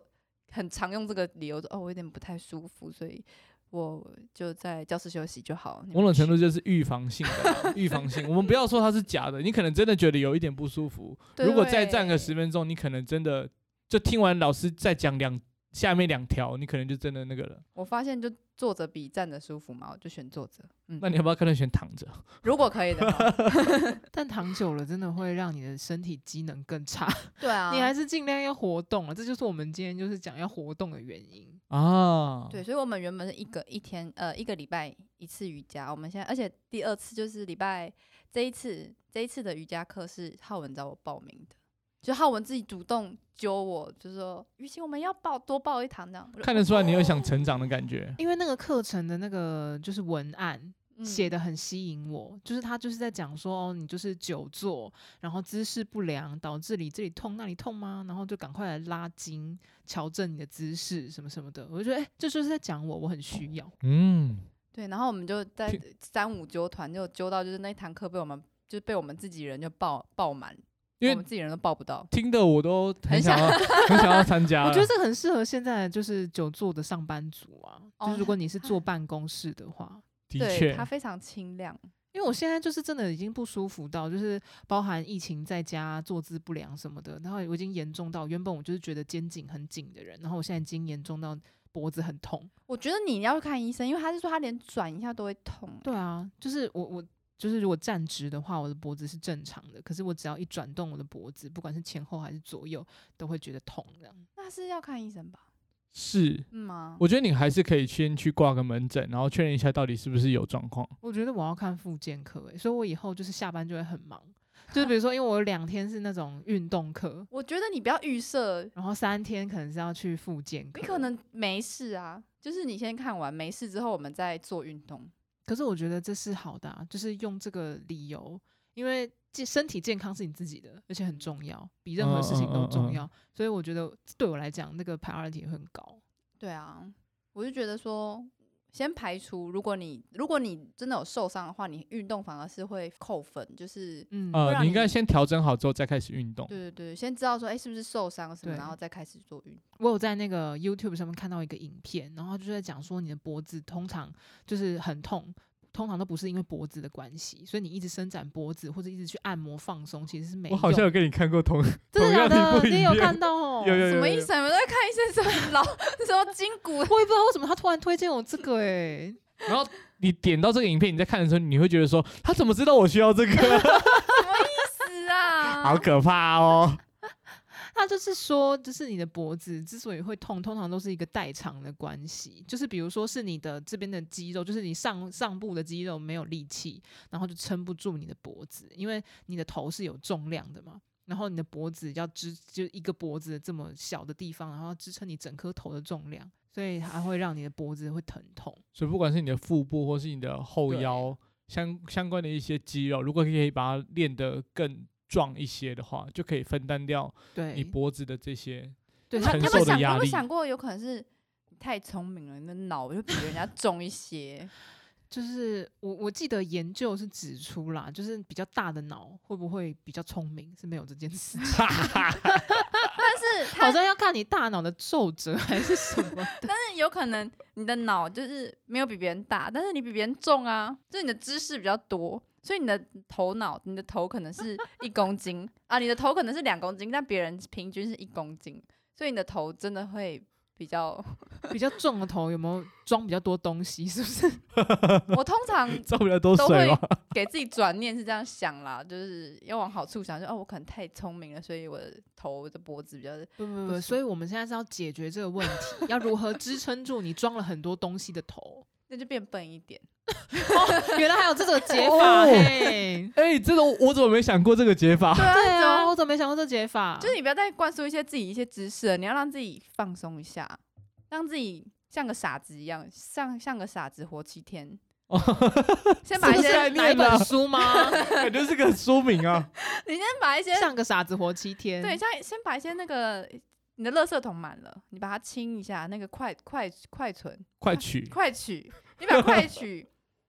S3: 很常用这个理由说，哦，我有点不太舒服，所以我就在教室休息就好。你们
S1: 某种程度
S3: 去
S1: 就是预防性的
S2: <laughs>
S1: 啦预防性。我们不要说它是假的，你可能真的觉得有一点不舒服。如果再站个十，分钟，你可能真的就听完老师再讲两下面两条，你可能就真的那个了
S3: 对。我发现就坐着比站着舒服嘛，我就选坐着。嗯，
S1: 那你要不要干脆选躺着？
S3: 如果可以的话，
S2: 但躺久了真的会让你的身体机能更差，
S3: 对啊，
S2: 你还是尽量要活动啊。这就是我们今天就是讲要活动的原因。
S1: 啊？
S3: 对，，所以我们原本是一个一天呃一个礼拜一次瑜伽，我们现在而且第二次就是礼拜这一次这一次的瑜伽课是浩文找我报名的，就浩文自己主动揪我，就说雨欣我们要报多报一堂这样，我就哦
S1: 看得出来你有想成长的感觉。
S2: 因为那个课程的那个就是文案
S3: 嗯
S2: 写的很吸引我，就是他就是在讲说，哦，你就是久坐，然后姿势不良导致你这里痛那里痛吗？然后就赶快来拉筋，矫正你的姿势什么什么的。我就觉得，哎、这就是在讲我，我很需要。
S1: 嗯，
S3: 对，然后我们就在
S1: 听
S3: 三五揪团就揪到就是那一堂课被我们就被我们自己人就报报满，
S1: 因
S3: 我
S1: 为
S3: 们自己人都报不到，
S1: 听的我都很
S3: 很想
S1: 想要，很想要参
S3: 啊
S1: 加了。
S2: 我觉得这个很适合现在就是久坐的上班族啊，
S3: 哦
S2: 就是如果你是
S3: 他
S2: 坐办公室的话。
S1: 的
S3: 对
S1: 确
S3: 他，非常清亮，
S2: 因为我现在就是真的已经不舒服到，就是包含疫情在家坐姿不良什么的，然后我已经严重到原本我就是觉得肩颈很紧的人，然后我现在已经严重到脖子很痛。
S3: 我觉得你要去看医生，因为他是说他连转一下都会痛、
S2: 对啊，就是我我就是如果站直的话，我的脖子是正常的，可是我只要一转动我的脖子，不管是前后还是左右，都会觉得痛这样。
S3: 那是要看医生吧？
S1: 是。
S3: 嗯吗？
S1: 我觉得你还是可以先去挂个门诊，然后确认一下到底是不是有状况。
S2: 我觉得我要看复健科、欸，所以我以后就是下班就会很忙，就是比如说因为我有两天是那种运动课，
S3: 我觉得你不要预设，
S2: 然后三天可能是要去复健科，
S3: 你可能没事啊，就是你先看完没事之后，我们再做运动。
S2: 可是我觉得这是好的、啊，就是用这个理由，因为健身体健康是你自己的，而且很重要，比任何事情都重要。所以我觉得对我来讲，那个 priority 会很高。
S3: 对啊，我就觉得说，先排除，如果你如果你真的有受伤的话，你运动反而是会扣分，就是。
S2: 嗯，
S1: 呃，
S3: 让
S1: 你应该
S3: 你
S1: 先调整好之后再开始运动。
S3: 对对对，先知道说，哎、是不是受伤什么，
S2: 对
S3: 然后再开始做运动。
S2: 我有在那个 YouTube 上面看到一个影片，然后就在讲说你的脖子通常就是很痛。通常都不是因为脖子的关系，所以你一直伸展脖子或者一直去按摩放松，其实是没
S1: 我
S2: 用。
S1: 好像有跟你看过同
S2: 真的
S1: 同
S2: 假
S1: 样一
S2: 的？
S1: 部
S2: 你也
S1: 影
S2: 有
S1: 片
S2: 看到哦？
S1: 有有
S3: 什么意思啊？你们在看医生什么老 <laughs> 什么筋骨？
S2: 我也不知道为什么他突然推荐我这个哎、欸
S1: 然后你点到这个影片，你在看的时候，你会觉得说，他怎么知道我需要这个？
S3: 是
S1: <laughs>
S3: 啊，
S1: 好可怕哦！
S2: 他就是说，就是你的脖子之所以会痛，通常都是一个代偿的关系，就是比如说是你的这边的肌肉，就是你上上部的肌肉没有力气，然后就撑不住你的脖子，因为你的头是有重量的嘛。然后你的脖子要支，就一个脖子这么小的地方，然后要支撑你整颗头的重量，所以它会让你的脖子会疼痛。
S1: 所以不管是你的腹部或是你的后
S2: 对
S1: 腰相相关的一些肌肉，如果可以把它练得更壮一些的话，就可以分担掉你
S2: 对，
S1: 脖子的这些。
S2: 对，
S3: 你
S2: 它
S3: 们
S1: 承受的
S2: 它
S3: 你有没有想
S1: 压
S3: 有没有
S1: 力
S3: 想过，有可能是你太聪明了，你的脑就比人家重一些。
S2: 就是我我记得研究是指出啦，就是比较大的脑会不会比较聪明是没有这件事情，
S3: <laughs> 但 <laughs> 是
S2: 好
S3: 它，
S2: 像要看你大脑的皱褶 <laughs> 还是什么的。
S3: 但是有可能你的脑就是没有比别人大，但是你比别人重啊，就是你的知识比较多，所以你的头脑，你的头可能是一公斤啊，你的头可能是两公斤，但别人平均是一公斤，所以你的头真的会比较。
S2: 比较重的头有没有装比较多东西？是不是？
S3: 我通常
S1: 造 <laughs> 不了多
S3: 都
S1: 水哦
S3: 会
S1: 吗？
S3: <laughs> 给自己转念是这样想啦，就是要往好处想，就哦，我可能太聪明了，所以我的头的脖子比较
S2: 不不
S3: 不
S2: 不，
S3: 是
S2: 所以我们现在是要解决这个问题，要如何支撑住你装了很多东西的头？
S3: 那就变笨一点。
S2: 原来还有这个解
S1: 哦
S2: 法嘿！
S1: 哎、这个我我怎么没想过这个解
S3: <laughs>
S1: 法？
S3: 对
S2: 对啊，
S3: 就
S2: 我怎么没想过这解法？
S3: 就是你不要再灌输一些自己一些知识了，你要让自己放松一下，让自己像个傻子一样，像像个傻子活七天。先把
S2: 这个
S3: 一
S1: 是
S3: 些
S1: 在
S2: 是哪一
S1: 念啊
S2: 本书吗？
S1: 感觉是个书名啊。
S3: <laughs> 你先把一些
S2: 像个傻子活七天。
S3: 对，，像先把一些那个你的垃圾桶满了，你把它清一下，那个快快快存
S1: 快取
S3: 快取，你把快取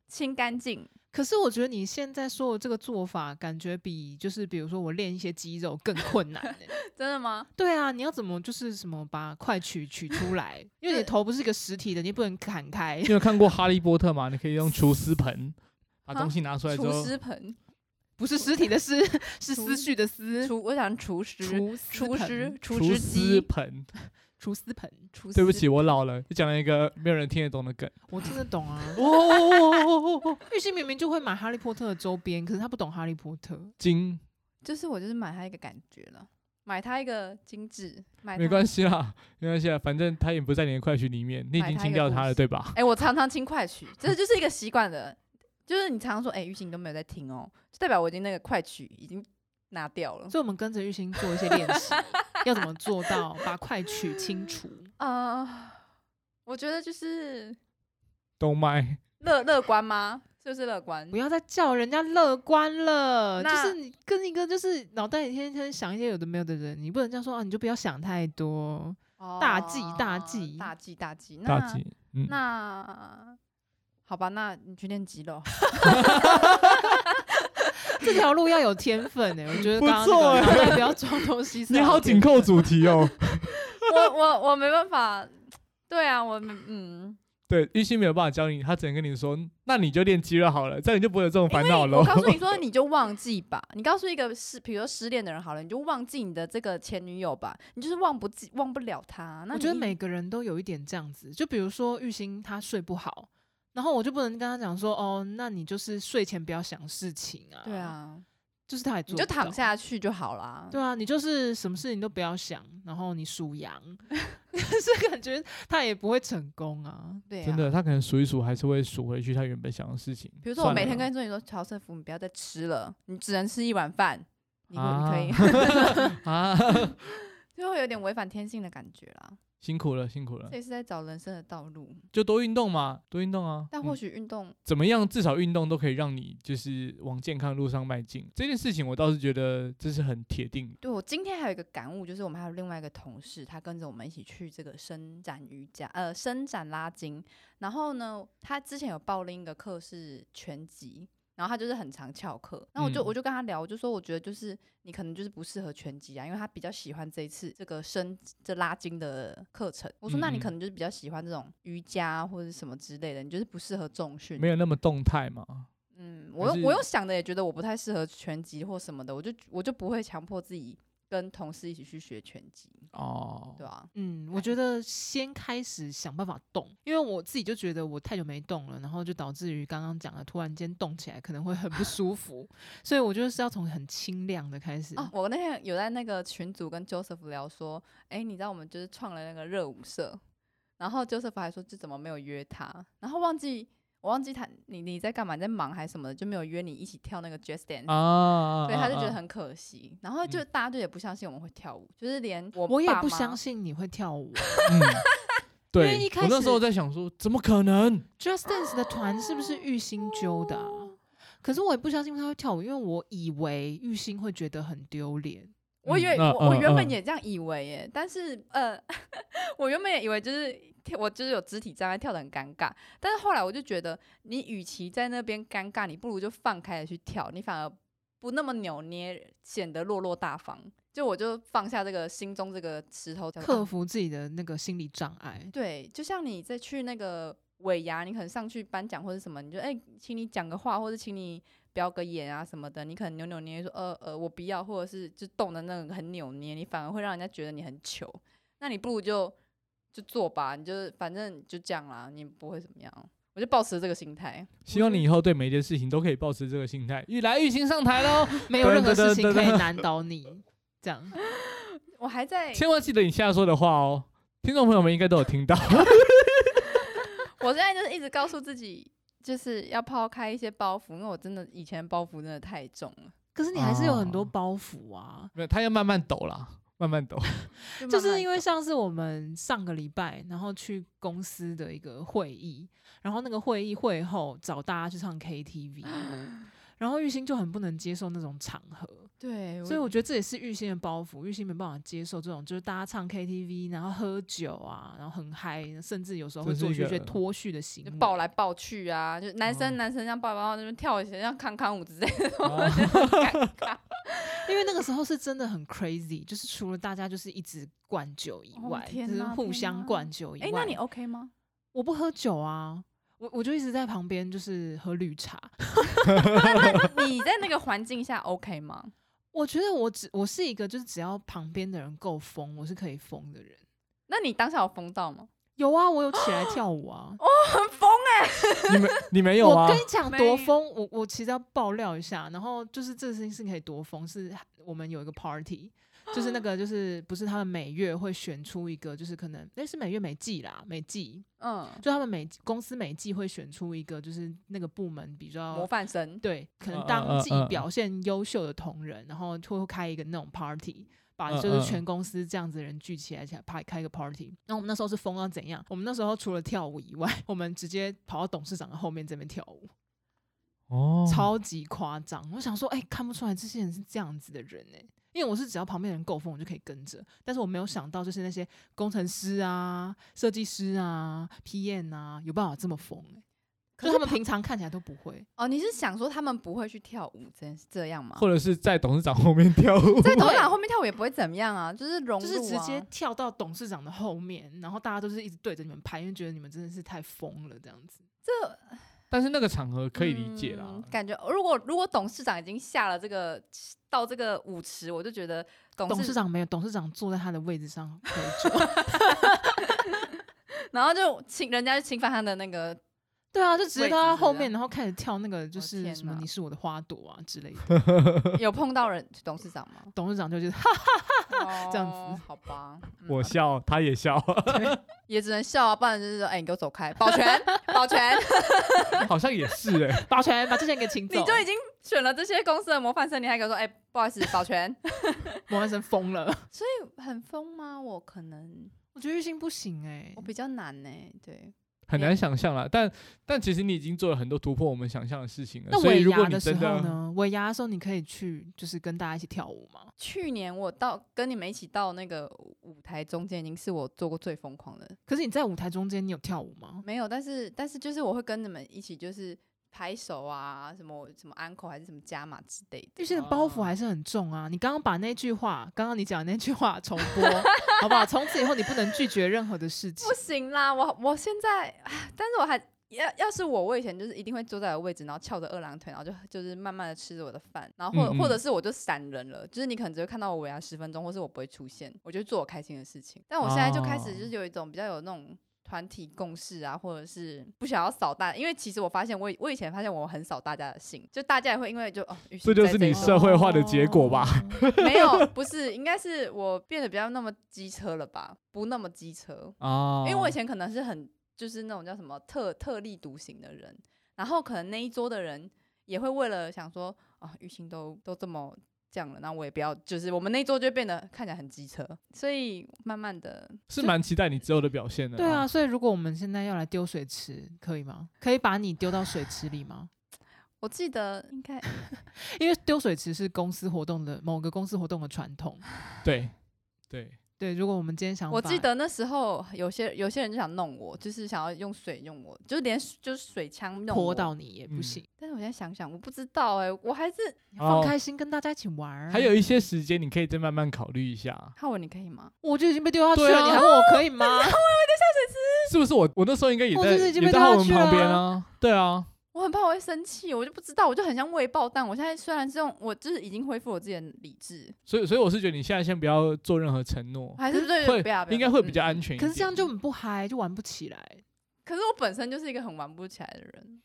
S3: 清干净。
S2: 可是我觉得你现在说的这个做法，感觉比就是比如说我练一些肌肉更困难、欸。
S3: 真的吗？
S2: 对啊，你要怎么就是什么把快取取出来？因为你头不是一个实体的，你不能砍开
S1: 你。有看过《哈利波特》吗？你可以用厨师盆把东西拿出来之
S3: 啊厨
S1: 后，
S3: 师盆，
S2: 不是实体的思，是思绪的思。
S3: 厨我想厨师，
S2: 厨
S3: 厨师
S2: 师，
S3: 厨
S1: 厨
S3: 师
S1: 师
S3: 机，
S1: 盆。
S2: 厨师盆，
S3: 厨师
S1: 对不起，，我老了，就讲了一个没有人听得懂的梗。
S2: 我听得懂啊。
S1: 哦哦哦哦哦哦，
S2: 玉鑫明明就会买哈利波特的周边，可是他不懂哈利波特。
S1: 金
S3: 就是我就是买它一个感觉了，买它一个精致，买
S1: 没关系
S3: 系。
S1: 啦，没关系啦，反正他也不在你的快取里面，你已
S3: 买
S1: 经
S3: 它
S1: 清
S3: 一个
S1: 掉
S3: 故
S1: 他了，
S3: 事
S1: 对吧？ <laughs>
S3: 哎、我常常听快曲，这就是一个习惯的，就是你常常说，哎、玉琴你都没有在听哦，就代表我已经那个快曲已经拿掉了。
S2: 所以我们跟着玉鑫做一些练习，要怎么做到把快取清除？
S3: 啊、我觉得就是
S1: 懂麦
S3: 乐乐观吗？是不是乐观
S2: 不？要再叫人家乐观了，就
S3: 那
S2: 是你跟一个就是脑袋里天天想一些有的没有的人，你不能这样说啊，你就不要想太多。大忌大
S3: 哦
S2: 忌
S3: 大忌，大忌，那
S1: 大吉，嗯，
S3: 那好吧，那你去练肌 <laughs> 肉。
S2: 这条路要有天分哎、我觉得
S1: 不
S2: 刚刚
S1: 错
S2: 那
S1: 欸
S2: 个脑袋不
S3: <laughs>
S2: 要装东西是
S1: 你
S3: 啊
S2: 要
S1: 好
S2: 有
S1: 紧
S2: 天分。
S1: 扣主题哦。 <laughs>
S3: 我我我没办法，对啊，我没嗯，
S1: 对，玉鑫没有办法教你，他只能跟你说，那你就练肌肉好了，这样你就不会有这种烦恼
S3: 我
S1: 喽。
S3: 告诉你说，你就忘记吧。你告诉一个失，比如说失恋的人好了，你就忘记你的这个前女友吧，你就是忘不记，忘不了他。那
S2: 我
S3: 你
S2: 觉得
S3: 一
S2: 每个人都有一点这样子，就比如说玉兴他睡不好，然后我就不能跟他讲说哦，那你就是睡前不要想事情啊，
S3: 对，啊，
S2: 就是他也
S3: 你
S2: 做
S3: 就
S2: 不
S3: 躺
S2: 到，
S3: 下去就好啦。
S2: 对啊，你就是什么事情都不要想，然后你数
S3: <laughs>
S2: 羊， <laughs> 可是感觉他也不会成功啊。
S3: 对啊，
S1: 真的，。他可能数一数还是会数回去他原本想的事情。
S3: 比如说我
S1: 算了
S3: 每天
S1: 啦
S3: 跟你说，你说乔瑟夫，你不要再吃了，你只能吃一碗饭，你可你可以，
S1: 啊，
S3: <laughs>
S1: <laughs>
S3: 就会有点违反天性的感觉啦。
S1: 辛苦了，辛苦了
S3: 这，也是在找人生的道路，
S1: 就多运动嘛，多运动啊。
S3: 但或
S1: 嗯
S3: 许运动
S1: 怎么样，至少运动都可以让你就是往健康路上迈进。这件事情我倒是觉得这是很铁定的。
S3: 对我今天还有一个感悟，就是我们还有另外一个同事，他跟着我们一起去这个伸展瑜伽，呃，伸展拉筋。然后呢，他之前有报另一个课是拳击，然后他就是很常翘课。那我就、我
S1: 嗯
S3: 就跟他聊，我就说我觉得就是你可能就是不适合拳击啊，因为他比较喜欢这一次这个伸这拉筋的课程。我说那你
S1: 嗯嗯
S3: 可能就是比较喜欢这种瑜伽啊或者什么之类的，你就是不适合重训
S1: 没。有那么动态嘛？
S3: 嗯，
S1: 还
S3: 我又我
S1: 是
S3: 又想的也觉得我不太适合拳击或什么的，我就我就不会强迫自己跟同事一起去学拳击，
S1: 哦，
S3: 对啊，
S2: 嗯，我觉得先开始想办法动，因为我自己就觉得我太久没动了，然后就导致于刚刚讲的突然间动起来可能会很不舒服，所以我就是要从很轻量的开始。
S3: 哦，我那天有在那个群组跟 Joseph 聊说，哎、你知道我们就是创了那个热舞社，然后 Joseph 还说这怎么没有约他，然后忘记我忘记他你你在干嘛，你在忙还是什么的，就没有约你一起跳那个 Just Dance，、
S1: 啊，
S3: 所以他就觉得
S1: 啊，
S3: 很可惜，然后就
S1: 嗯
S3: 大家就也不相信我们会跳舞，就是连我
S2: 我也
S3: 爸
S2: 不
S3: 妈
S2: 相信你会跳舞。
S1: 嗯 <laughs> 对
S2: 因为一，开
S1: 我那时候
S2: 始
S1: 在想说，怎么可能？
S2: Just Dance 的团是不是玉兴揪的、啊？可是我也不相信他会跳舞，因为我以为玉兴会觉得很丢脸。
S3: 我以为、
S1: 嗯
S3: 我我
S1: 嗯
S3: 原本
S1: 嗯
S3: <laughs> 也这样以为耶，但是呃，我原本也以为就是跳我就是有肢体障碍，跳得很尴尬。但是后来我就觉得，你与其在那边尴尬，你不如就放开了去跳，你反而不那么扭捏，显得落落大方。就我就放下这个心中这个石头，
S2: 克服自己的那个心理障碍。
S3: 对，就像你在去那个尾牙，你可能上去颁奖或者什么，你就哎、请你讲个话，或者请你表个演啊什么的，你可能扭扭捏捏说呃呃我不要，或者是就动的那个很扭捏，你反而会让人家觉得你很糗。那你不如就就做吧，你就反正就这样啦，你不会怎么样。我就抱持这个心态，
S1: 希望你以后对每一件事情都可以保持这个心态。玉来玉兴上台喽，
S2: 没有任何事情可以
S1: 噔噔噔噔
S2: 难倒你。这样，
S3: 我还在，
S1: 千万记得你现在说的话哦，听众朋友们应该都有
S2: <laughs>
S1: 听到。
S3: 我现在就是一直告诉自己，就是要抛开一些包袱，因为我真的以前包袱真的太重了，
S2: 可是你还是有很多
S1: 哦
S2: 包袱啊。
S1: 没有，他要慢慢抖啦，慢慢
S2: <laughs>
S1: 抖。
S2: 就
S3: 慢
S2: 是
S3: 慢
S2: 因为像是我们上个礼拜，然后去公司的一个会议，然后那个会议会后找大家去唱
S3: <gasps>
S2: KTV，然后玉兴就很不能接受那种场合，
S3: 对，
S2: 所以我觉得这也是玉兴的包袱，玉兴没办法接受这种就是大家唱 KTV，然后喝酒啊，然后很嗨，甚至有时候会
S1: 这是
S2: 做
S1: 一
S2: 出一些
S1: 个
S2: 脱序的行
S3: 就
S2: 为，
S3: 抱来抱去啊，就男
S1: 哦
S3: 生男生这样抱来抱去，那边跳一些像康康舞之类的， <laughs>
S1: 哦
S3: 尴尬。
S2: 因为那个时候是真的很 crazy，就是除了大家就是一直灌酒以
S3: 哦
S2: 外，
S3: 天
S2: 就是
S3: 哪
S2: 互
S3: 天
S2: 相
S3: 哪
S2: 灌酒以外，
S3: 哎，那你 OK 吗？
S2: 我不喝酒啊，我我就一直在旁边就是喝绿茶。
S3: <laughs> 那你在那个环境下 OK 吗？
S2: 我觉得我只我是一个就是只要旁边的人够疯，我是可以疯的人。
S3: 那你当下有疯到吗？
S2: 有啊，我有起来跳舞啊。
S3: 很疯
S1: 你没你哦没有啊
S2: 我跟？你讲
S3: 没
S2: 多疯，我我其实要爆料一下。然后就是这个事情是可以多疯，是我们有一个 party，就是那个就是不是他们每月会选出一个，就是可能那是每月每季啦，每季
S3: 哎，
S2: 就他们每公司每季会选出一个，就是那个部门比
S3: 嗯，模
S2: 较
S3: 范生，
S2: 哦对，可能
S1: 嗯
S2: 当
S1: 嗯
S2: 季
S1: 嗯
S2: 表现优秀的同仁，然后就会开一个那种 party。把
S1: 嗯
S2: 就是
S1: 嗯
S2: 全公司这样子的人聚起来，起来拍开一个 party。那我们那时候是疯到怎样？我们那时候除了跳舞以外， <laughs> 我们直接跑到董事长的后面这边跳舞，
S1: 哦，
S2: 超级夸张。我想说，哎、看不出来这些人是这样子的人哎、因为我是只要旁边的人够疯，我就可以跟着。但是我没有想到，就是那些工程师啊、设计师啊、PM 啊，有办法这么疯哎、
S3: 可
S2: 就是他们
S3: 跑
S2: 平常看起来都不会。
S3: 哦，你是想说他们不会去跳舞，这这样吗？
S1: 或者是在董事长后面跳舞。
S3: 在头场后面跳舞也不会怎么样啊，就是融入，
S2: 就是直接。跳到董事长的后面，然后大家都是一直对着你们拍，因为觉得你们真的是太疯了这样子。
S1: <laughs> 但是那个场合可以理解啦。
S3: 嗯感觉如果如果董事长已经下了这个到这个舞池，我就觉得董
S2: 董
S3: 事
S2: 事长没有，董事长坐在他的位置上喝
S3: <laughs>
S2: 酒。
S3: 然后就侵人家就侵犯他的那个，
S2: 对啊，就直接到他后
S3: 位置
S2: 面，然后开始跳那个就
S3: 哦
S2: 是
S3: 天
S2: 什么
S3: 哪
S2: “你是我的花朵啊”之类的。
S3: 有碰到人董事长吗？
S2: 董事长就觉得哈，这样子
S3: <laughs> 哦好吧，嗯
S1: 我
S3: 好
S1: 笑，他也笑，
S2: <laughs>
S3: 也只能笑啊，不然就是说，哎、你给我走开，保全， <laughs> 保全，
S1: 好像也是哎、
S2: 保全把这些人给
S3: <laughs>
S2: 请走。
S3: 你就已经选了这些公司的模范生，你还给我说，哎、不好意思，保全，
S2: 模范生疯了。 <laughs>
S3: 很疯吗？我可能
S2: 我觉得玉兴不行哎、
S3: 我比较难呢、对，
S1: 很难想象
S2: <laughs>
S1: 啦。但但其实你已经做了很多突破我们想象的事情了。
S2: 那
S1: 所以
S2: 尾
S1: 如
S2: 牙
S1: 果你
S2: 的时
S1: 真
S2: 候
S1: 的，
S2: 呢？尾牙的时候你可以去，就是跟大家一起跳舞吗？
S3: 去年我到跟你们一起到那个舞台中间，已经是我做过最疯狂的，
S2: 可是你在舞台中间，你有跳舞吗？
S3: 没有，但是但是就是我会跟你们一起就是拍手啊，什么什么 uncle 还是什么加码之类的，
S2: 玉兴的包袱
S1: 哦
S2: 还是很重啊！你刚刚把那句话，刚刚你讲的那句话重播，好不好？ <laughs> 从此以后你不能拒绝任何的事情
S3: 不。行啦，我我现在，唉但是我还要要是我，我以前就是一定会坐在我的位置，然后翘着二郎腿，然后就就是慢慢的吃着我的饭，然后或
S1: 嗯嗯
S3: 或者是我就闪人了，就是你可能只会看到我尾牙十分钟，或是我不会出现，我就做我开心的事情。但我现在就开
S1: 哦
S3: 始就是有一种比较有那种。团体共识啊，或者是不想要扫大，因为其实我发现我以我以前发现我很扫大家的兴，就大家也会因为就哦，雨
S1: 这
S3: 欣
S1: 就
S3: 在
S1: 是你
S3: 一
S1: 社会化的结果吧？
S2: 哦
S3: 没
S1: <laughs>
S3: 有，不是，应该是我变得比较那么机车了吧，不那么机车，
S1: 啊，
S2: 哦
S3: 因为我以前可能是很就是那种叫什么特特立独行的人，然后可能那一桌的人也会为了想说啊，玉兴都都这么这样了，那我也不要，就是我们那一桌就变得看起来很机车，所以慢慢的
S1: 是蛮期待你之后的表现的。
S2: 对
S1: <laughs>
S2: 啊，，所以如果我们现在要来丢水池，可以吗？可以把你丢到水池里吗？
S3: 我记得应该
S2: 因为丢水池是公司活动的某个公司活动的传统。
S1: 对对，
S2: 对，如果我们今天想，
S3: 我记，得那时候有些有些人就想弄我，就是想要用水弄我，就是连水就是水枪弄
S2: 泼
S3: 我。
S2: 到你也不
S1: 嗯
S2: 行，
S3: 但是我现在想想，我不知道哎、我还是
S2: 放
S1: 哦
S2: 开心跟大家一起玩儿。
S1: 还有一些时间，你可以再慢慢考虑一下，
S3: 浩文，你可以吗？
S2: 我就已经被丢下去
S1: 对
S2: 了，
S1: 啊
S2: 你还问我可以
S1: <laughs>
S2: 吗？
S1: 是不是我？我那时候应该也
S2: 我
S1: 在，
S2: 哦就是已经
S1: 也
S2: 被
S1: 在
S2: 丢
S1: 浩
S2: 下
S1: 文
S2: 去
S1: 旁边
S2: 了
S1: 啊。对啊，
S3: 我很怕我会生气，我就不知道，我就很像未爆弹。我现在虽然是用，我就是已经恢复我自己的理智，
S1: 所以所以我是觉得你现在先不要做任何承诺
S3: 我，还哦是对
S1: 会
S3: 不要，不要
S1: 应该会比较
S3: 嗯
S1: 安全一
S2: 可
S1: 点。
S2: 是这样就很不嗨，就玩不起来。
S3: 可是我本身就是一个很玩不起来的人，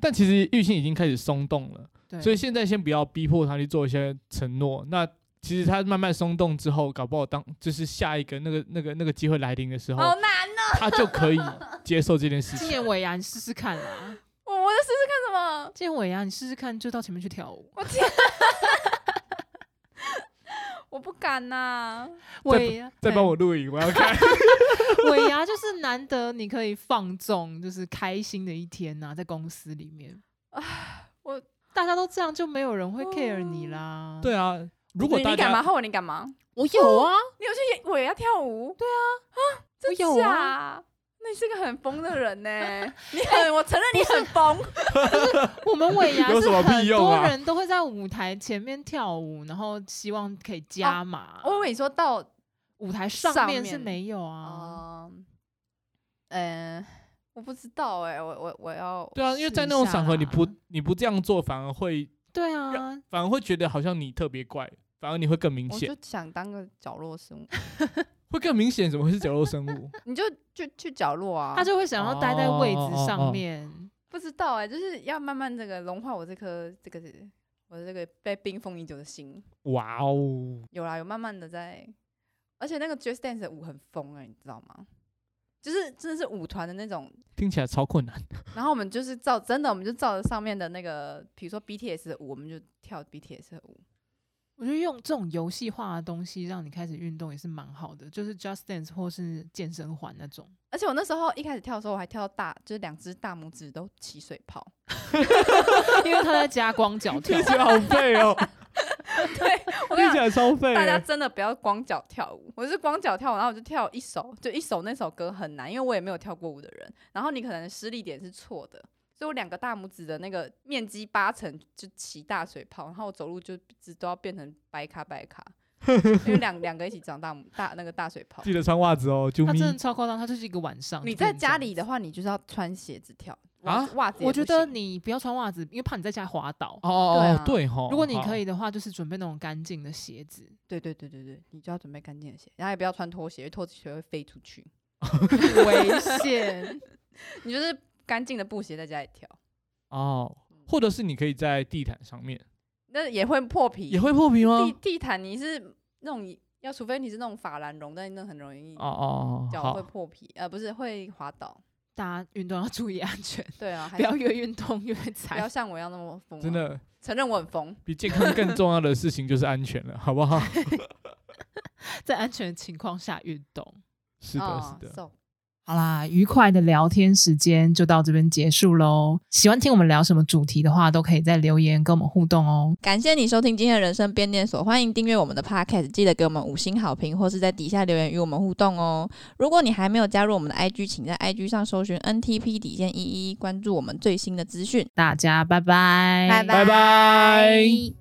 S1: 但其实玉兴已经开始松动了，
S2: 对，
S1: 所以现在先不要逼迫他去做一些承诺。那其实他慢慢松动之后，搞不好当就是下一个那个那个那个机会来临的时候，
S3: 好难哦、
S1: 他就可以接受这件事
S3: <laughs>
S2: 今
S1: 情。
S2: 年尾牙你试试看啦，
S3: 我我在试试看什么？
S2: 今年尾牙你试试看，就到前面去跳舞。
S3: <laughs> 我不敢呐、
S2: 尾牙
S1: 再帮我录影，我要
S3: <laughs>
S1: 看。
S2: 对 <laughs> 尾牙就是难得你可以放纵，就是开心的一天呐、在公司里面。啊
S3: 我
S2: 大家都这样，就没有人会 care 你啦。，
S1: 对啊，如果
S3: 你
S1: 大
S3: 你干嘛？
S1: 家
S3: 后文你干嘛？
S2: 我有啊，
S3: 你有去我也要跳舞？对啊，啊，真
S2: 我有啊
S3: 假那你是个很疯的人呢、 <laughs> 你很，我承认你很疯。
S2: 我们尾牙
S1: 有
S2: 是
S1: 什么
S2: 很
S1: 屁用
S2: 多
S1: 啊
S2: 人都会在舞台前面跳舞，然后希望可以加码。
S3: 我以为你说到，
S2: 舞台
S3: 上
S2: 哦上面是
S3: 面
S2: 没有啊，
S3: 嗯、呃，我不知道哎、我我我要，
S1: 对啊，因为在那种场合，你不你不这样做，反而会
S2: 对啊，
S1: 反而会觉得好像你特别怪，反而你会更明
S3: 我
S1: 显
S3: 就，想当个角落生物，
S1: 会更明显。怎么会是角落生 <laughs> 物？
S3: 你就就去角落啊。
S2: 他就会想要待在位置
S1: 哦哦哦
S2: 上
S1: 哦
S2: 面。
S3: 不知道哎、就是要慢慢这个融化我这颗这个我的这个被冰封已久的心。
S1: 哇哦！
S3: 有啦，有慢慢的在，而且那个 Just Dance 的舞很疯哎、你知道吗？就是真的是舞团的那种，
S1: 听起来超困难。
S3: 然后我们就是照真的，我们就照着上面的那个，比如说 BTS 的舞，我们就跳 BTS 的舞。
S2: 我觉得用这种游戏化的东西让你开始运动也是蛮好的，就是 Just Dance 或是健身环那种。
S3: 而且我那时候一开始跳的时候，我还跳到大，就是两只大拇指都起水泡。 <laughs>
S2: 因为他在加光脚跳
S1: 听。起来好废 <laughs> 哦，
S3: 我跟
S1: 听
S3: 你
S1: 起
S3: 讲，
S1: 来超废
S3: 大家
S1: 欸。
S3: 真的不要光脚跳舞。我是光脚跳舞，然后我就跳一首，就一首那首歌很难，因为我也没有跳过舞的人。然后你可能失力点是错的，所以我两个大拇指的那个面积八成就起大水泡，然后我走路就一直都要变成白卡白
S2: <laughs>
S3: 卡，因为两两个一起长大拇大那个大水泡
S1: 记。得穿袜子哦，啾
S2: 他
S1: 咪
S2: 真。的超夸张，他就是一个晚上。
S3: 你
S2: 就变
S3: 在
S2: 成这样
S3: 家里的话，你就是要穿鞋子跳
S1: 啊
S3: 啊，袜子也
S2: 我
S3: 不
S2: 觉
S3: 行。
S2: 得你不要穿袜子，因为怕你在家滑倒。
S1: 哦哦哦，
S3: 对啊
S1: 对哈。
S2: 如果你可以
S1: 好，
S2: 的话，就是准备那种干净的鞋子。
S3: 对对对对对，你就要准备干净的鞋，然后也不要穿拖鞋，因为拖鞋会飞出
S1: <laughs>
S3: 去。
S2: 危险。
S3: 你就是干净的布鞋在家里跳，
S1: 哦，或者是你可以在地毯上面，
S3: 那也会破皮，
S1: 也会破皮吗？
S3: 地地毯你是那种要，除非你是那种法兰绒，但那很容易
S1: 哦哦，哦
S3: 脚会
S1: 好，
S3: 破皮，呃，不是会滑倒。
S2: 大家运动要注意安全，
S3: 对
S1: <laughs>
S3: 啊，还
S2: 不
S3: 是
S2: 要越运动越
S3: 不要
S2: 惨。
S3: 像我一样那么疯、啊
S1: 真，的
S3: 承认我很疯。
S1: 比健康更重要的事情就是安全了，好 <laughs> 不好？
S2: 在安全的情况下运动。
S1: 是的，
S3: 哦
S1: 是的。
S3: so-
S2: 好啦，愉快的聊天时间就到这边结束喽。喜欢听我们聊什么主题的话，都可以在留言跟我们互动哦。
S3: 感谢你收听今天的人生变电所，欢迎订阅我们的 Podcast，记得给我们五星好评，或是在底下留言与我们互动哦。如果你还没有加入我们的 IG，请在 IG 上搜寻 NTP 底线一一，关注我们最新的资讯。
S2: 大家拜拜，
S1: 拜拜。